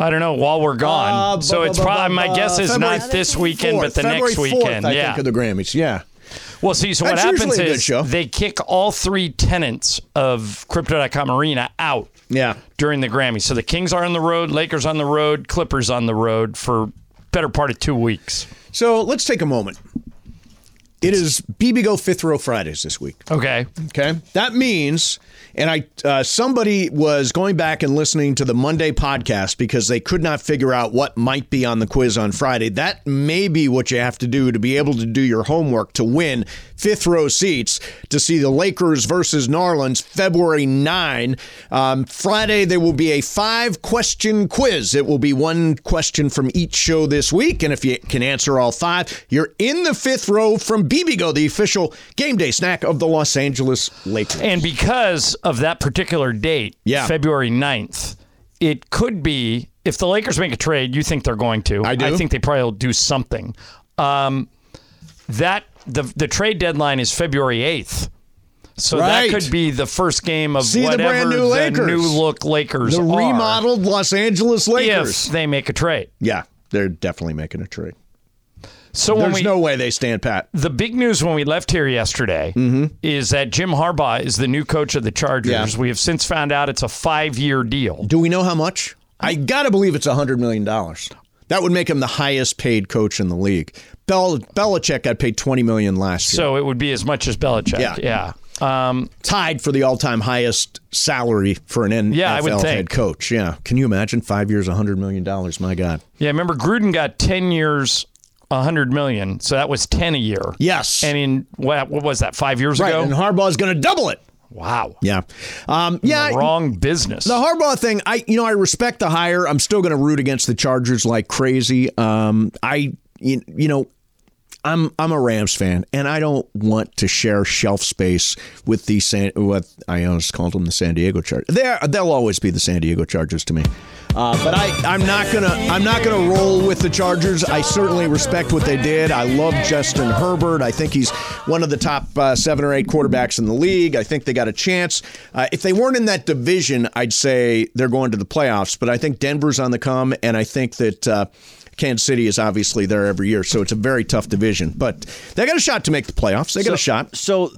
Speaker 4: I don't know. While we're gone,
Speaker 6: Uh,
Speaker 4: so
Speaker 6: bu- bu-
Speaker 4: it's
Speaker 6: bu-
Speaker 4: probably my
Speaker 6: bu-
Speaker 4: guess is
Speaker 6: February
Speaker 4: not this weekend, but the
Speaker 6: Fourth,
Speaker 4: next
Speaker 6: February 4th,
Speaker 4: weekend.
Speaker 6: I
Speaker 4: yeah.
Speaker 6: think of the Grammys. Yeah.
Speaker 4: Well, see, so what
Speaker 6: That's
Speaker 4: happens
Speaker 6: usually a good
Speaker 4: is
Speaker 6: show.
Speaker 4: they kick all three tenants of Crypto.com Arena out
Speaker 6: Yeah.
Speaker 4: during the Grammys. So the Kings are on the road, Lakers on the road, Clippers on the road for better part of two weeks.
Speaker 6: So let's take a moment. It is BB Go Fifth Row Fridays this week.
Speaker 4: Okay.
Speaker 6: Okay. That means, and I uh, somebody was going back and listening to the Monday podcast because they could not figure out what might be on the quiz on Friday. That may be what you have to do to be able to do your homework to win fifth row seats to see the Lakers versus Narlands February 9. Um, Friday, there will be a five question quiz. It will be one question from each show this week. And if you can answer all five, you're in the fifth row from BBGO, the official game day snack of the Los Angeles Lakers.
Speaker 4: And because of that particular date,
Speaker 6: Yeah.
Speaker 4: February 9th, it could be if the Lakers make a trade, you think they're going to. I
Speaker 6: do.
Speaker 4: I think they probably will do something. Um, that the the trade deadline is February 8th. So
Speaker 6: Right.
Speaker 4: that could be the first game of
Speaker 6: See the
Speaker 4: whatever
Speaker 6: brand new Lakers.
Speaker 4: new look Lakers
Speaker 6: the
Speaker 4: are
Speaker 6: remodeled Los Angeles Lakers.
Speaker 4: if they make a trade.
Speaker 6: Yeah, they're definitely making a trade.
Speaker 4: So when
Speaker 6: There's
Speaker 4: we,
Speaker 6: no way they stand pat.
Speaker 4: the big news when we left here yesterday
Speaker 6: Mm-hmm.
Speaker 4: is that Jim Harbaugh is the new coach of the Chargers. We have since found out it's a five-year deal.
Speaker 6: Do we know how much? I gotta believe it's hundred million dollars. That would make him the highest paid coach in the league. Bel- Belichick got paid twenty million last year,
Speaker 4: So it would be as much as Belichick.
Speaker 6: Yeah.
Speaker 4: Yeah. Yeah. Um,
Speaker 6: tied for the all-time highest salary for an NFL
Speaker 4: Yeah, I would
Speaker 6: head
Speaker 4: think.
Speaker 6: coach. Yeah, can you imagine five years, hundred million dollars? My God.
Speaker 4: yeah. Remember, Gruden got ten years, hundred million. So that was ten a year.
Speaker 6: Yes.
Speaker 4: And in what, what was that? Five years
Speaker 6: Right,
Speaker 4: ago.
Speaker 6: and Harbaugh's going to double it.
Speaker 4: wow.
Speaker 6: Yeah, um, yeah.
Speaker 4: Wrong business.
Speaker 6: The Harbaugh thing, I you know I respect the hire. I'm still going to root against the Chargers like crazy. Um, I you, you know I'm I'm a Rams fan, and I don't want to share shelf space with the San. What I almost called them the San Diego Chargers. There, they'll always be the San Diego Chargers to me. Uh, but I I'm not gonna I'm not gonna roll with the Chargers. I certainly respect what they did. I love Justin Herbert. I think he's one of the top uh, seven or eight quarterbacks in the league. I think they got a chance. Uh, if they weren't in that division, I'd say they're going to the playoffs. But I think Denver's on the come, and I think that. Uh, Kansas City is obviously there every year, so it's a very tough division. But they got a shot to make the playoffs. They got a shot.
Speaker 10: So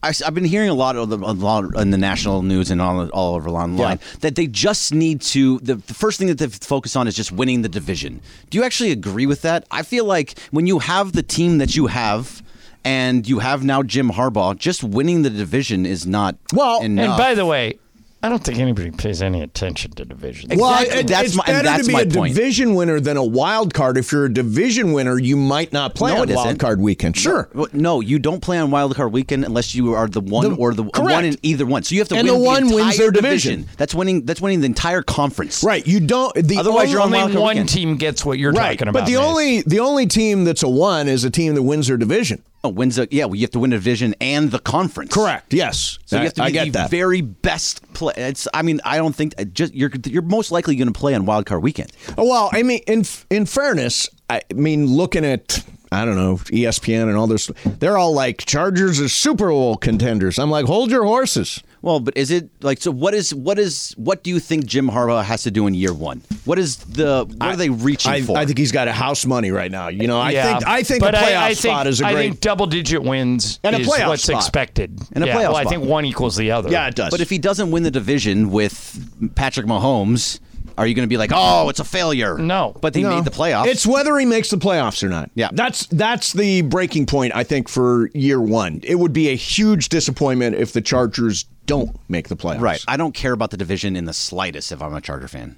Speaker 10: I, have been hearing a lot of the a lot in the national news and all all over online that they just need to. The, the first thing that they focus on is just winning the division. Do you actually agree with that? I feel like when you have the team that you have. And you have now Jim Harbaugh. Just winning the division is not well. Enough.
Speaker 4: and by the way, I don't think anybody pays any attention to division.
Speaker 10: Exactly.
Speaker 6: it-
Speaker 10: That's
Speaker 6: it's
Speaker 10: my- and
Speaker 6: better
Speaker 10: that's
Speaker 6: to be
Speaker 10: my
Speaker 6: a
Speaker 10: point.
Speaker 6: division winner than a wild card. If you're a division winner, you might not play
Speaker 10: No,
Speaker 6: on
Speaker 10: it
Speaker 6: wild
Speaker 10: isn't.
Speaker 6: card weekend. Sure.
Speaker 10: Well, No, you don't play on Wild Card Weekend unless you are the one
Speaker 6: The-
Speaker 10: or the
Speaker 6: correct.
Speaker 10: one in either one. So you have to
Speaker 6: And
Speaker 10: win
Speaker 6: the one
Speaker 10: entire
Speaker 6: wins their
Speaker 10: division.
Speaker 6: division.
Speaker 10: That's winning. That's winning the entire conference.
Speaker 6: Right. You don't. The
Speaker 10: Otherwise, you're on
Speaker 4: only
Speaker 10: Wild Card
Speaker 4: one
Speaker 10: Weekend.
Speaker 4: team gets what you're
Speaker 6: Right,
Speaker 4: talking
Speaker 6: but
Speaker 4: about.
Speaker 6: the
Speaker 4: Mace.
Speaker 6: only the only team that's a one is a team that wins their division.
Speaker 10: Oh, wins the, yeah, well, you have to win a division and the conference.
Speaker 6: Yes.
Speaker 10: So you have to be
Speaker 6: I get
Speaker 10: the
Speaker 6: that.
Speaker 10: very best play. It's, I mean, I don't think I just you're you're most likely going to play on Wild Card Weekend.
Speaker 6: Oh, Well, I mean, in in fairness, I mean, looking at I don't know E ESPN and all this, they're all like Chargers are Super Bowl contenders. I'm like, hold your horses.
Speaker 10: Well, but is it like so? What is what is what do you think Jim Harbaugh has to do in year one? What is the what are they reaching
Speaker 6: I,
Speaker 10: for?
Speaker 6: I think he's got a house money right now. You know, I
Speaker 4: Yeah.
Speaker 6: think I think
Speaker 4: But
Speaker 6: a playoff
Speaker 4: I, I think,
Speaker 6: spot is a
Speaker 4: I
Speaker 6: great.
Speaker 4: think double digit wins
Speaker 6: And a
Speaker 4: is
Speaker 6: playoff
Speaker 4: what's
Speaker 6: spot.
Speaker 4: expected.
Speaker 10: And a
Speaker 4: yeah,
Speaker 10: playoff
Speaker 4: well, I
Speaker 10: spot.
Speaker 4: think one equals the other.
Speaker 6: yeah, it does.
Speaker 10: But if he doesn't win the division with Patrick Mahomes, are you going to be like, oh, it's a failure?
Speaker 4: No.
Speaker 10: But they
Speaker 6: No.
Speaker 10: made the playoffs.
Speaker 6: It's whether he makes the playoffs or not.
Speaker 10: Yeah.
Speaker 6: That's that's the breaking point, I think, for year one. It would be a huge disappointment if the Chargers don't make the playoffs.
Speaker 10: right. I don't care about the division in the slightest if I'm a Charger fan.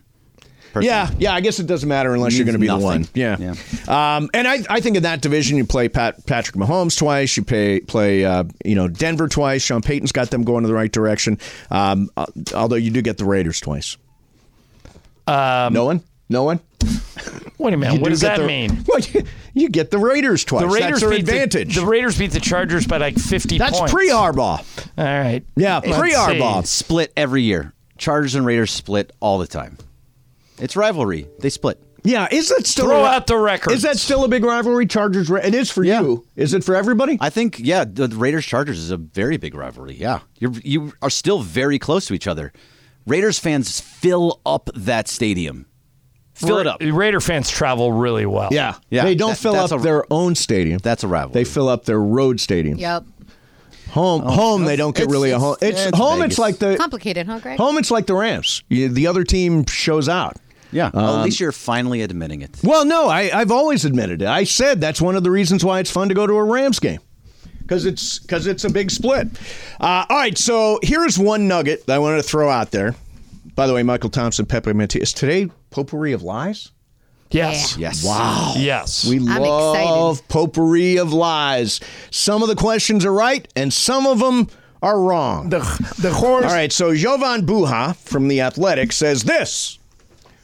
Speaker 10: Personally.
Speaker 6: Yeah, yeah. I guess it doesn't matter unless you're going to be the
Speaker 10: Means
Speaker 6: one.
Speaker 10: nothing.
Speaker 6: Yeah. Um, and I, I think in that division, you play Pat, Patrick Mahomes twice. You pay, play, uh, you know, Denver twice. Sean Payton's got them going in the right direction. Um, uh, although you do get the Raiders twice. no one. No one.
Speaker 4: Wait a minute.
Speaker 6: You
Speaker 4: Um, what
Speaker 6: do
Speaker 4: does
Speaker 6: get
Speaker 4: that
Speaker 6: the-
Speaker 4: mean?
Speaker 6: Well, you, you get the Raiders twice.
Speaker 4: The Raiders
Speaker 6: That's their
Speaker 4: beat
Speaker 6: advantage.
Speaker 4: The, the Raiders beat the Chargers by like 50
Speaker 6: That's
Speaker 4: points.
Speaker 6: pre-Harbaugh.
Speaker 4: All right.
Speaker 6: Yeah,
Speaker 4: Let's
Speaker 6: pre-Harbaugh.
Speaker 4: see.
Speaker 10: Split every year. Chargers and Raiders split all the time. It's rivalry. They split.
Speaker 6: Yeah, is that still
Speaker 4: Throw out the records.
Speaker 6: Is that still a big rivalry? Chargers. Ra- It is for you. Is it for everybody?
Speaker 10: I think yeah, the Raiders Chargers is a very big rivalry. Yeah, you you are still very close to each other. Raiders fans fill up that stadium. Fill it
Speaker 4: Ra-
Speaker 10: up.
Speaker 4: Raider fans travel really well.
Speaker 6: yeah,
Speaker 10: Yeah,
Speaker 6: They don't
Speaker 10: that-
Speaker 6: fill up
Speaker 10: that's a-
Speaker 6: their own stadium.
Speaker 10: That's a rivalry.
Speaker 6: They fill up their road stadium.
Speaker 9: Yep.
Speaker 6: Home, home. They don't get
Speaker 10: it's-
Speaker 6: really a
Speaker 10: Oh, it's-
Speaker 6: home. It's,
Speaker 10: it's
Speaker 6: home. It's
Speaker 10: Vegas.
Speaker 6: like the
Speaker 9: Complicated, huh, Greg?
Speaker 6: home. It's like the Rams. You, the other team shows out.
Speaker 10: Yeah. Well, at least you're finally admitting it.
Speaker 6: Well, no, I, I've always admitted it. I said that's one of the reasons why it's fun to go to a Rams game. because it's because it's a big split. Uh, all right, so here's one nugget that I wanted to throw out there. By the way, Michael Thompson, Peppermint is today potpourri of lies.
Speaker 4: Yes.
Speaker 10: Yes.
Speaker 6: Wow.
Speaker 4: Yes.
Speaker 6: We
Speaker 9: I'm
Speaker 6: love potpourri of lies. Some of the questions are right, and some of them are wrong. The, the horse. All right. So Jovan Buha from the Athletic says this.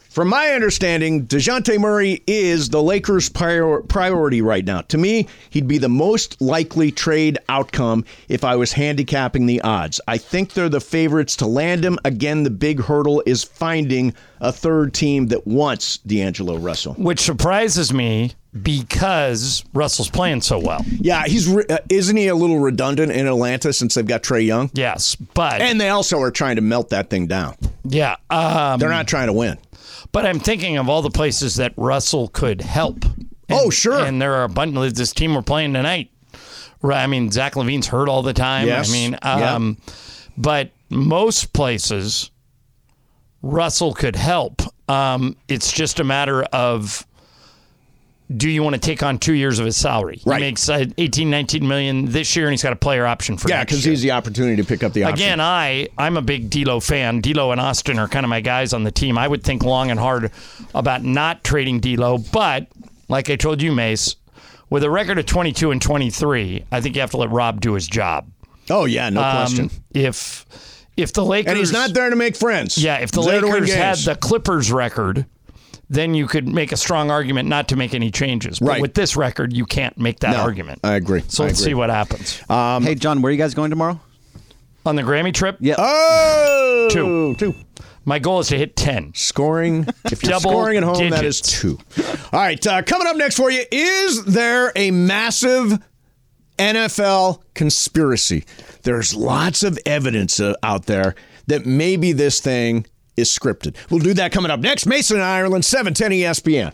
Speaker 6: From my understanding, DeJounte Murray is the Lakers' prior- priority right now. To me, he'd be the most likely trade outcome if I was handicapping the odds. I think they're the favorites to land him. Again, the big hurdle is finding a third team that wants D'Angelo Russell.
Speaker 4: Which surprises me because Russell's playing so well.
Speaker 6: Yeah, he's re- uh, isn't he a little redundant in Atlanta since they've got Trey Young?
Speaker 4: Yes, but
Speaker 6: and they also are trying to melt that thing down.
Speaker 4: Yeah. Um,
Speaker 6: They're not trying to win.
Speaker 4: But I'm thinking of all the places that Russell could help.
Speaker 6: oh, sure.
Speaker 4: And there are a bunch. This team we're playing tonight. Right. I mean, Zach Levine's hurt all the time.
Speaker 6: Yes.
Speaker 4: I mean,
Speaker 6: Yeah.
Speaker 4: um, but most places Russell could help. Um, it's just a matter of do you want to take on two years of his salary?
Speaker 6: Right.
Speaker 4: He makes uh, 18, 19 million this year, and he's got a player option for
Speaker 6: Yeah,
Speaker 4: next
Speaker 6: because
Speaker 4: year.
Speaker 6: he's the opportunity to pick up the option.
Speaker 4: Again, I I'm a big D'Lo fan. D'Lo and Austin are kind of my guys on the team. I would think long and hard about not trading D'Lo, but like I told you, Mace, with a record of 22 and 23, I think you have to let Rob do his job.
Speaker 6: oh yeah, no
Speaker 4: Um,
Speaker 6: question.
Speaker 4: If if the Lakers
Speaker 6: And he's not there to make friends.
Speaker 4: yeah, if the
Speaker 6: He's there to win
Speaker 4: Lakers had
Speaker 6: games.
Speaker 4: the Clippers record, then you could make a strong argument not to make any changes. But
Speaker 6: Right.
Speaker 4: with this record, you can't make that
Speaker 6: No,
Speaker 4: argument.
Speaker 6: I agree.
Speaker 4: So
Speaker 6: I
Speaker 4: let's
Speaker 6: agree. Uh,
Speaker 4: see what happens.
Speaker 10: hey, John, where are you guys going tomorrow?
Speaker 4: On the Grammy trip,
Speaker 10: Yeah.
Speaker 6: Oh,
Speaker 4: Two.
Speaker 6: two.
Speaker 4: my goal is to hit 10.
Speaker 6: Scoring. If you're
Speaker 4: Double
Speaker 6: scoring at home, that is
Speaker 4: digits.
Speaker 6: two. All right. Uh, coming up next for you is there a massive NFL conspiracy? There's lots of evidence uh, out there that maybe this thing is scripted. We'll do that coming up next. Mason in Ireland, E 710 ESPN.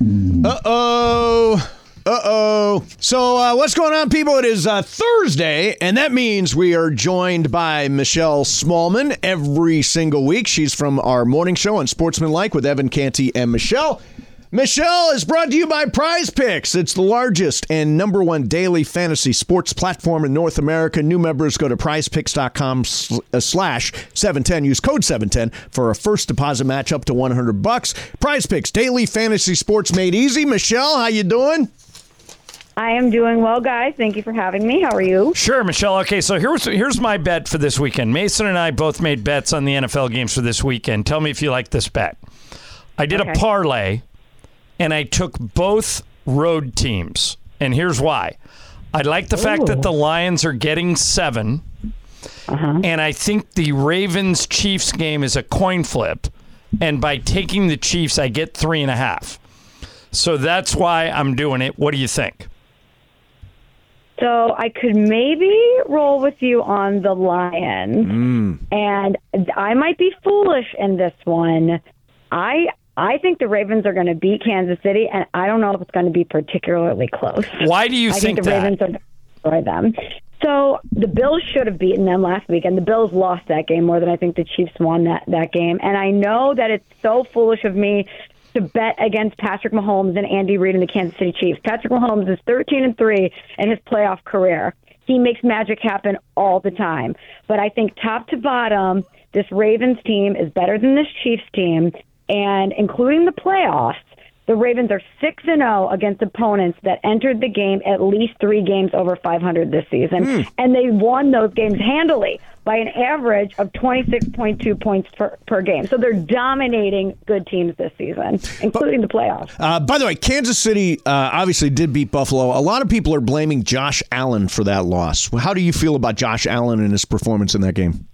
Speaker 6: Uh oh. Uh oh. So, uh, what's going on, people? It is uh, Thursday, and that means we are joined by Michelle Smallman every single week. She's from our morning show on Sportsmanlike with Evan Canty and Michelle. Michelle is brought to you by Prize Picks. It's the largest and number one daily fantasy sports platform in North America. New members go to prizepicks.com sl- uh, slash 710. Use code 710 for a first deposit match up to 100 bucks. Prize Picks, daily fantasy sports made easy. Michelle, how you doing?
Speaker 11: I am doing well, guys. Thank you for having me. How are you?
Speaker 4: Sure, Michelle. Okay, so here's here's my bet for this weekend. Mason and I both made bets on the NFL games for this weekend. Tell me if you like this bet. I did a
Speaker 11: Okay.
Speaker 4: parlay, and I took both road teams. And here's why: I like the fact that the Lions are getting 7
Speaker 11: Uh-huh.
Speaker 4: and I think the Ravens Chiefs game is a coin flip. And by taking the Chiefs, I get three and a half. So that's why I'm doing it. What do you think?
Speaker 11: So I could maybe roll with you on the Lions, and I might be foolish in this one. I I think the Ravens are going to beat Kansas City, and I don't know if it's going to be particularly close.
Speaker 4: Why do you
Speaker 11: I think,
Speaker 4: think
Speaker 11: the
Speaker 4: that?
Speaker 11: Ravens are going to destroy them? So the Bills should have beaten them last week, and the Bills lost that game more than I think the Chiefs won that that game. And I know that it's so foolish of me to bet against Patrick Mahomes and Andy Reid and the Kansas City Chiefs. Patrick Mahomes is 13 and three in his playoff career. He makes magic happen all the time. But I think top to bottom, this Ravens team is better than this Chiefs team, and including the playoffs.
Speaker 8: The Ravens are 6 and 0 against opponents that entered the game at least 3 games over 500 this season
Speaker 3: Hmm.
Speaker 8: and they won those games handily by an average of 26.2 points per, per game. So they're dominating good teams this season, including the playoffs.
Speaker 6: Uh, by the way, Kansas City uh, obviously did beat Buffalo. A lot of people are blaming Josh Allen for that loss. How do you feel about Josh Allen and his performance in that game?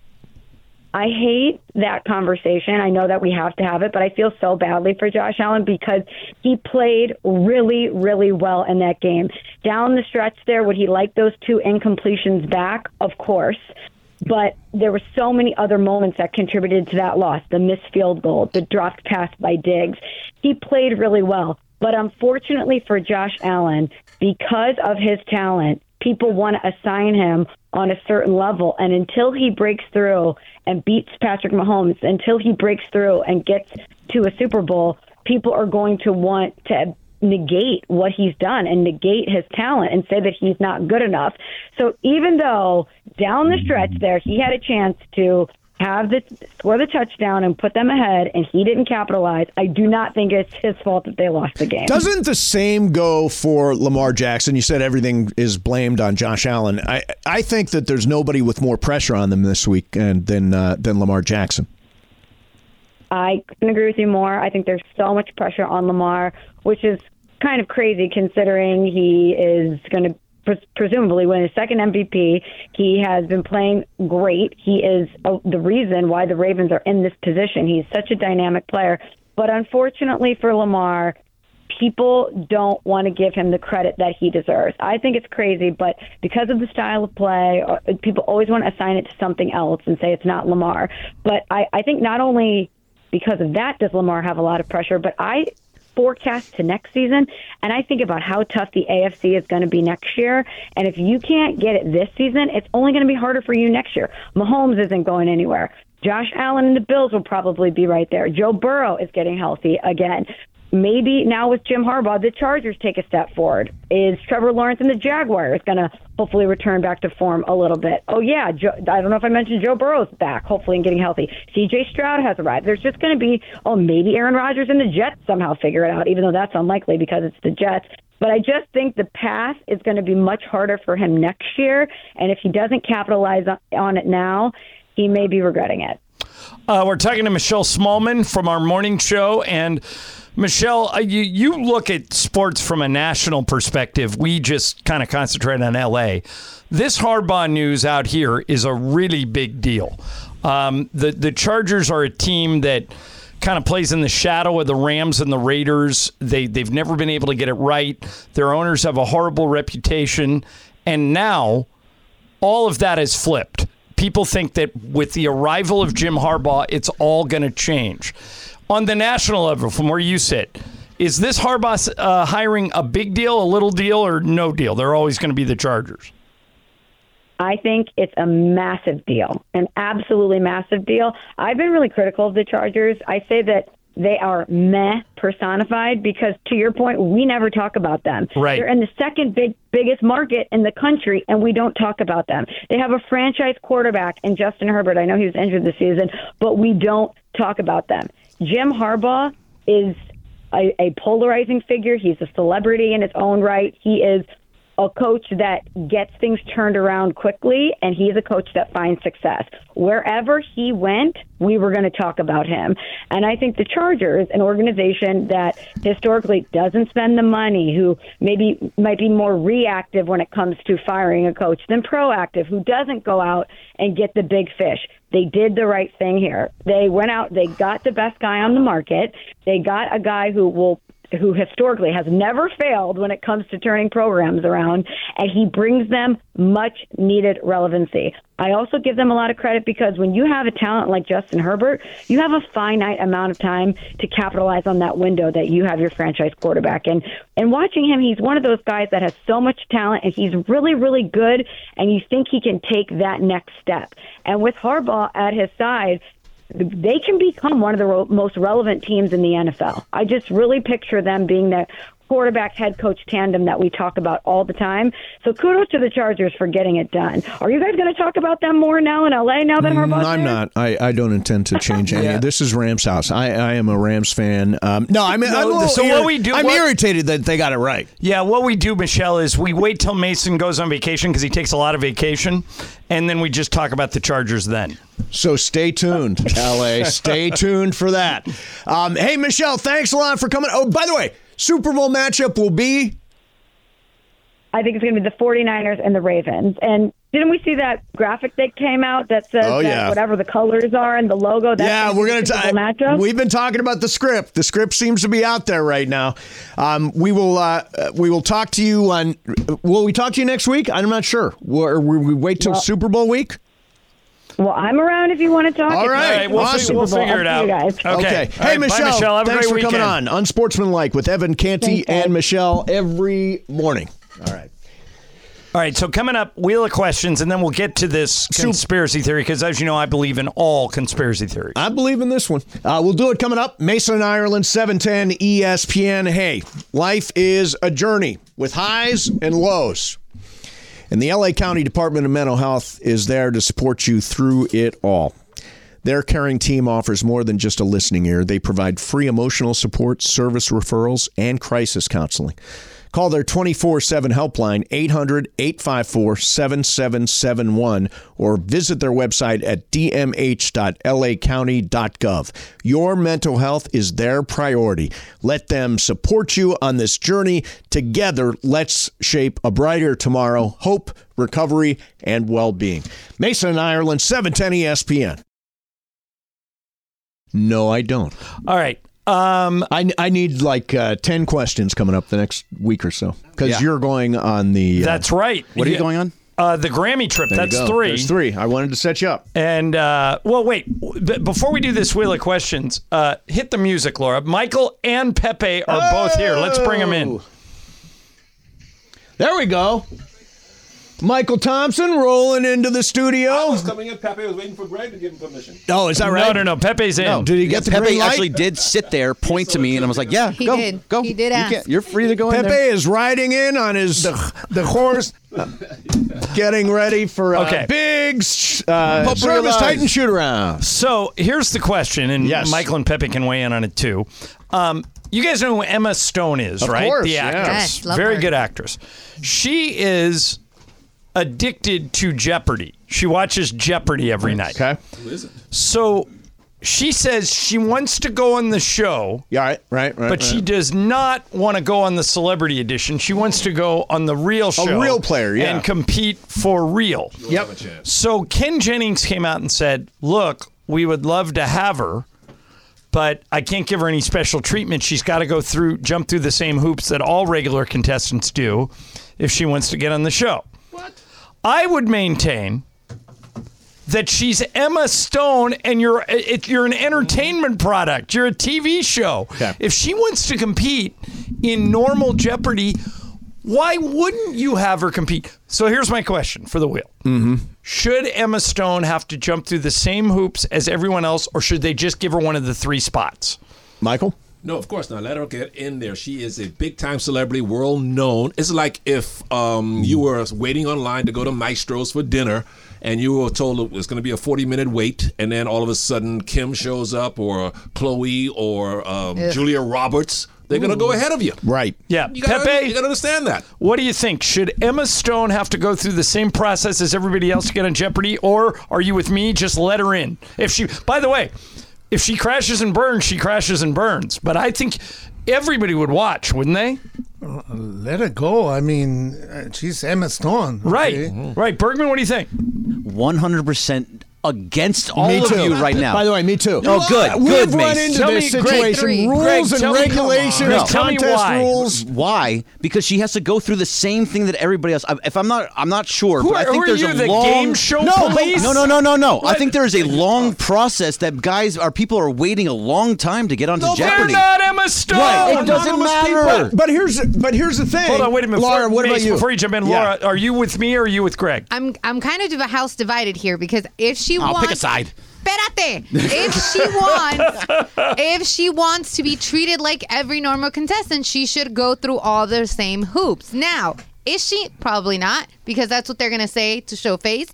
Speaker 8: I hate that conversation. I know that we have to have it, but I feel so badly for Josh Allen because he played really, really well in that game. Down the stretch there, would he like those two incompletions back? Of course. But there were so many other moments that contributed to that loss the missed field goal, the dropped pass by Diggs. He played really well. But unfortunately for Josh Allen, because of his talent, people want to assign him on a certain level. And until he breaks through and beats Patrick Mahomes, until he breaks through and gets to a Super Bowl, people are going to want to negate what he's done and negate his talent and say that he's not good enough. So even though down the stretch there, he had a chance to have the score the touchdown and put them ahead and he didn't capitalize. I do not think it's his fault that they lost the game.
Speaker 6: Doesn't the same go for Lamar Jackson? You said everything is blamed on Josh Allen. I I think that there's nobody with more pressure on them this week and than uh, than Lamar Jackson.
Speaker 8: I couldn't agree with you more. I think there's so much pressure on Lamar, which is kind of crazy considering he is going to pres- presumably win his second MVP. He has been playing great. He is uh, the reason why the Ravens are in this position. He's such a dynamic player. But unfortunately for Lamar, people don't want to give him the credit that he deserves. I think it's crazy, but because of the style of play, uh, people always want to assign it to something else and say it's not Lamar. But I, I think not only because of that does Lamar have a lot of pressure, but I forecast to next season and I think about how tough the AFC is going to be next year and if you can't get it this season it's only going to be harder for you next year. Mahomes isn't going anywhere. Josh Allen and the Bills will probably be right there. Joe Burrow is getting healthy again. Maybe now with Jim Harbaugh the Chargers take a step forward. Is Trevor Lawrence and the Jaguars going to hopefully return back to form a little bit? Oh yeah, Joe, I don't know if I mentioned Joe Burrow's back hopefully and getting healthy. CJ Stroud has arrived. There's just going to be oh maybe Aaron Rodgers and the Jets somehow figure it out even though that's unlikely because it's the Jets. But I just think the path is going to be much harder for him next year and if he doesn't capitalize on- on it now, he may be regretting it.
Speaker 4: Uh, we're talking to Michelle Smallman from our morning show, and Michelle, uh, you you look at sports from a national perspective. We just kind of concentrate on L.A. This Harbaugh news out here is a really big deal. Um, the the Chargers are a team that kind of plays in the shadow of the Rams and the Raiders. They they've never been able to get it right. Their owners have a horrible reputation, and now all of that is flipped. People think that with the arrival of Jim Harbaugh, it's all going to change. On the national level, from where you sit, is this Harbaugh uh, hiring a big deal, a little deal, or no deal? They're always going to be the Chargers.
Speaker 8: I think it's a massive deal, an absolutely massive deal. I've been really critical of the Chargers. I say that they are meh personified because, to your point, we never talk about them.
Speaker 4: Right.
Speaker 8: They're in the second big biggest market in the country, and we don't talk about them. They have a franchise quarterback in Justin Herbert. I know he was injured this season, but we don't talk about them. Jim Harbaugh is a, a polarizing figure. He's a celebrity in his own right. He is a coach that gets things turned around quickly, and he's a coach that finds success. Wherever he went, we were going to talk about him. And I think the Chargers, an organization that historically doesn't spend the money, who maybe might be more reactive when it comes to firing a coach than proactive, who doesn't go out and get the big fish. They did the right thing here. They went out, they got the best guy on the market, they got a guy who will who historically has never failed when it comes to turning programs around, and he brings them much needed relevancy. I also give them a lot of credit because when you have a talent like Justin Herbert, you have a finite amount of time to capitalize on that window that you have your franchise quarterback in. And watching him, he's one of those guys that has so much talent and he's really, really good, and you think he can take that next step. And with Harbaugh at his side, they can become one of the ro- most relevant teams in the NFL. I just really picture them being that
Speaker 11: quarterback head coach tandem that we talk about all the time. So kudos to the Chargers for getting it done. Are you guys going to talk about them more now in LA now that Harbaugh's
Speaker 6: Mm, I'm
Speaker 11: there?
Speaker 6: not. I, I don't intend to change any. This is Rams house. I, I am a Rams fan. Um, no, I'm. I'm a little
Speaker 4: so
Speaker 6: irri-
Speaker 4: what we do?
Speaker 6: I'm
Speaker 4: what-
Speaker 6: irritated that they got it right.
Speaker 4: Yeah, what we do, Michelle, is we wait till Mason goes on vacation because he takes a lot of vacation, and then we just talk about the Chargers then.
Speaker 6: So stay tuned, LA. Stay tuned for that. Um, hey, Michelle, thanks a lot for coming. Oh, by the way, Super Bowl matchup will be
Speaker 11: I think it's going to be the 49ers and the Ravens. And didn't we see that graphic that came out that says
Speaker 6: Oh,
Speaker 11: that
Speaker 6: yeah.
Speaker 11: whatever the colors are and the logo? That's
Speaker 6: yeah,
Speaker 11: gonna
Speaker 6: we're
Speaker 11: be
Speaker 6: going
Speaker 11: the
Speaker 6: to.
Speaker 11: Super Bowl matchup.
Speaker 6: We've been talking about the script. The script seems to be out there right now. Um, we will. Uh, uh, we will talk to you on. Will we talk to you next week? I'm not sure. Will, or will we wait till
Speaker 11: Well-
Speaker 6: Super Bowl week?
Speaker 11: well, I'm around if you want to talk.
Speaker 6: All
Speaker 11: It's
Speaker 6: right,
Speaker 11: not
Speaker 6: we'll
Speaker 11: the
Speaker 6: fi-
Speaker 11: Super
Speaker 6: we'll
Speaker 11: Bowl.
Speaker 6: figure it
Speaker 11: I'll see
Speaker 6: out.
Speaker 11: You guys.
Speaker 6: Okay. Hey,
Speaker 4: All right, bye,
Speaker 6: Michelle.
Speaker 4: Michelle. Have a
Speaker 6: thanks
Speaker 4: great
Speaker 6: for coming on.
Speaker 4: weekend.
Speaker 6: Unsportsmanlike with Evan Canty and Michelle every morning. All right.
Speaker 4: All right, so coming up, wheel of questions, and then we'll get to this conspiracy theory because, as you know, I believe in all conspiracy theories.
Speaker 6: I believe in this one. Uh, we'll do it coming up. Mason, Ireland, E 710 ESPN. Hey, life is a journey with highs and lows. And the LA County Department of Mental Health is there to support you through it all. Their caring team offers more than just a listening ear. They provide free emotional support, service referrals, and crisis counseling. Call their 24 7 helpline, 800 854 7771, or visit their website at dmh.lacounty.gov. Your mental health is their priority. Let them support you on this journey. Together, let's shape a brighter tomorrow. Hope, recovery, and well being. Mason in Ireland, E 710 ESPN. No, I don't.
Speaker 4: All right. Um,
Speaker 6: I, I need like uh, 10 questions coming up the next week or so because
Speaker 4: Yeah.
Speaker 6: you're going on the. uh,
Speaker 4: That's right. Yeah. Uh, the Grammy trip.
Speaker 6: There you
Speaker 4: that's
Speaker 6: go.
Speaker 4: three.
Speaker 6: There's three. I wanted to set you up.
Speaker 4: And uh, well, wait. w- b- Before we do this wheel of questions, uh, hit the music, Laura. Michael and Pepe are both here. Let's bring them
Speaker 6: Oh!
Speaker 4: in.
Speaker 6: There we go. Michael Thompson rolling into the studio.
Speaker 12: I was coming in, Pepe. I was waiting for Greg to give him permission.
Speaker 6: Oh, is that right?
Speaker 4: No, no, no. Pepe's in.
Speaker 6: No. Did he get the
Speaker 10: Pepe
Speaker 6: green light?
Speaker 10: actually did sit there, point to me, and I was like, "Yeah,
Speaker 13: He
Speaker 10: go,
Speaker 13: did.
Speaker 10: go.
Speaker 13: He did
Speaker 10: You
Speaker 13: ask.
Speaker 10: can't- you're free to go in
Speaker 6: Pepe
Speaker 10: there."
Speaker 6: is riding in on his the, horse, getting ready for a
Speaker 4: Okay.
Speaker 6: big uh,
Speaker 4: Pope
Speaker 6: service
Speaker 4: realized.
Speaker 6: Titan shoot around.
Speaker 4: So here's the question, and
Speaker 6: Yes.
Speaker 4: Michael and Pepe can weigh in on it too. Um, you guys know who Emma Stone is,
Speaker 6: Of
Speaker 4: right?
Speaker 6: course,
Speaker 4: the
Speaker 6: yeah.
Speaker 4: actress,
Speaker 6: Yes, love
Speaker 4: very
Speaker 6: her.
Speaker 4: good actress. She is addicted to Jeopardy. She watches Jeopardy every night. Okay,
Speaker 12: Who is it?
Speaker 4: so she says she wants to go on the show.
Speaker 6: Yeah, right, right, right.
Speaker 4: but she does not want to go on the celebrity edition. She wants to go on the real show,
Speaker 6: real player, yeah.
Speaker 4: and compete for real.
Speaker 6: Yep.
Speaker 4: So Ken Jennings came out and said, "Look, we would love to have her, but I can't give her any special treatment. She's got to go through jump through the same hoops that all regular contestants do if she wants to get on the show." What? I would maintain that she's Emma Stone and you're it, you're an entertainment product. You're a TV show. If she wants to compete in normal Jeopardy, why wouldn't you have her compete? So here's my question for the wheel.
Speaker 2: Mm-hmm.
Speaker 4: Should Emma Stone have to jump through the same hoops as everyone else or should they just give her one of the three spots?
Speaker 6: Michael?
Speaker 12: No, of course not. Let her get in there. She is a big time celebrity, world known. It's like if um, you were waiting online to go to Maestro's for dinner and you were told it was going to be a 40 minute wait, and then all of a sudden Kim shows up or Chloe or um,
Speaker 4: Ugh.
Speaker 12: Julia Roberts. They're going to go ahead of you.
Speaker 6: Right.
Speaker 4: Yeah.
Speaker 12: You gotta-
Speaker 4: Pepe,
Speaker 12: you got to understand that.
Speaker 4: what do you think? Should Emma Stone have to go through the same process as everybody else to get on Jeopardy, or are you with me? Just let her in. If she, by the way, if she crashes and burns, she crashes and burns. But I think everybody would watch, wouldn't they?
Speaker 14: Let it go. I mean, uh, she's Emma Stone.
Speaker 4: Right, right. Bergman, what do you think?
Speaker 10: One hundred percent against all
Speaker 14: Me
Speaker 10: of
Speaker 14: too.
Speaker 10: you right now.
Speaker 14: By the way,
Speaker 6: me too.
Speaker 10: Oh, good,
Speaker 6: We've
Speaker 10: good.
Speaker 6: run
Speaker 10: Mace.
Speaker 6: into this situation. Rules and regulations,
Speaker 10: tell me
Speaker 6: contest
Speaker 10: why.
Speaker 6: rules.
Speaker 10: Why? Because she has to go through the same thing that everybody else. I- If I'm not, I'm not sure.
Speaker 4: Who
Speaker 10: but I
Speaker 4: are-
Speaker 10: think
Speaker 4: who are
Speaker 10: there's
Speaker 4: you,
Speaker 10: a
Speaker 4: the
Speaker 10: long
Speaker 4: game show
Speaker 10: no, but-
Speaker 4: police?
Speaker 10: No, no, no, no, no. I
Speaker 4: What?
Speaker 10: think there is a long process that guys, our people are waiting a long time to get onto
Speaker 4: No, they're
Speaker 10: Jeopardy.
Speaker 4: not Emma Stone.
Speaker 10: Right.
Speaker 4: I'm
Speaker 10: It
Speaker 4: not
Speaker 10: doesn't
Speaker 4: Emma
Speaker 10: matter.
Speaker 6: But here's but here's the thing.
Speaker 4: Hold on, wait a minute,
Speaker 6: Laura.
Speaker 4: Before-
Speaker 6: What about
Speaker 4: Mace,
Speaker 6: you?
Speaker 4: Before you jump in,
Speaker 6: Yeah.
Speaker 4: Laura, are you with me or are you with Greg?
Speaker 13: I'm I'm kind of div- house divided here because if she
Speaker 10: Oh,
Speaker 13: wants
Speaker 10: pick a side.
Speaker 13: espérate. If she wants, if she wants to be treated like every normal contestant, she should go through all the same hoops. Now, is she? Probably not, because that's what they're gonna say to show face.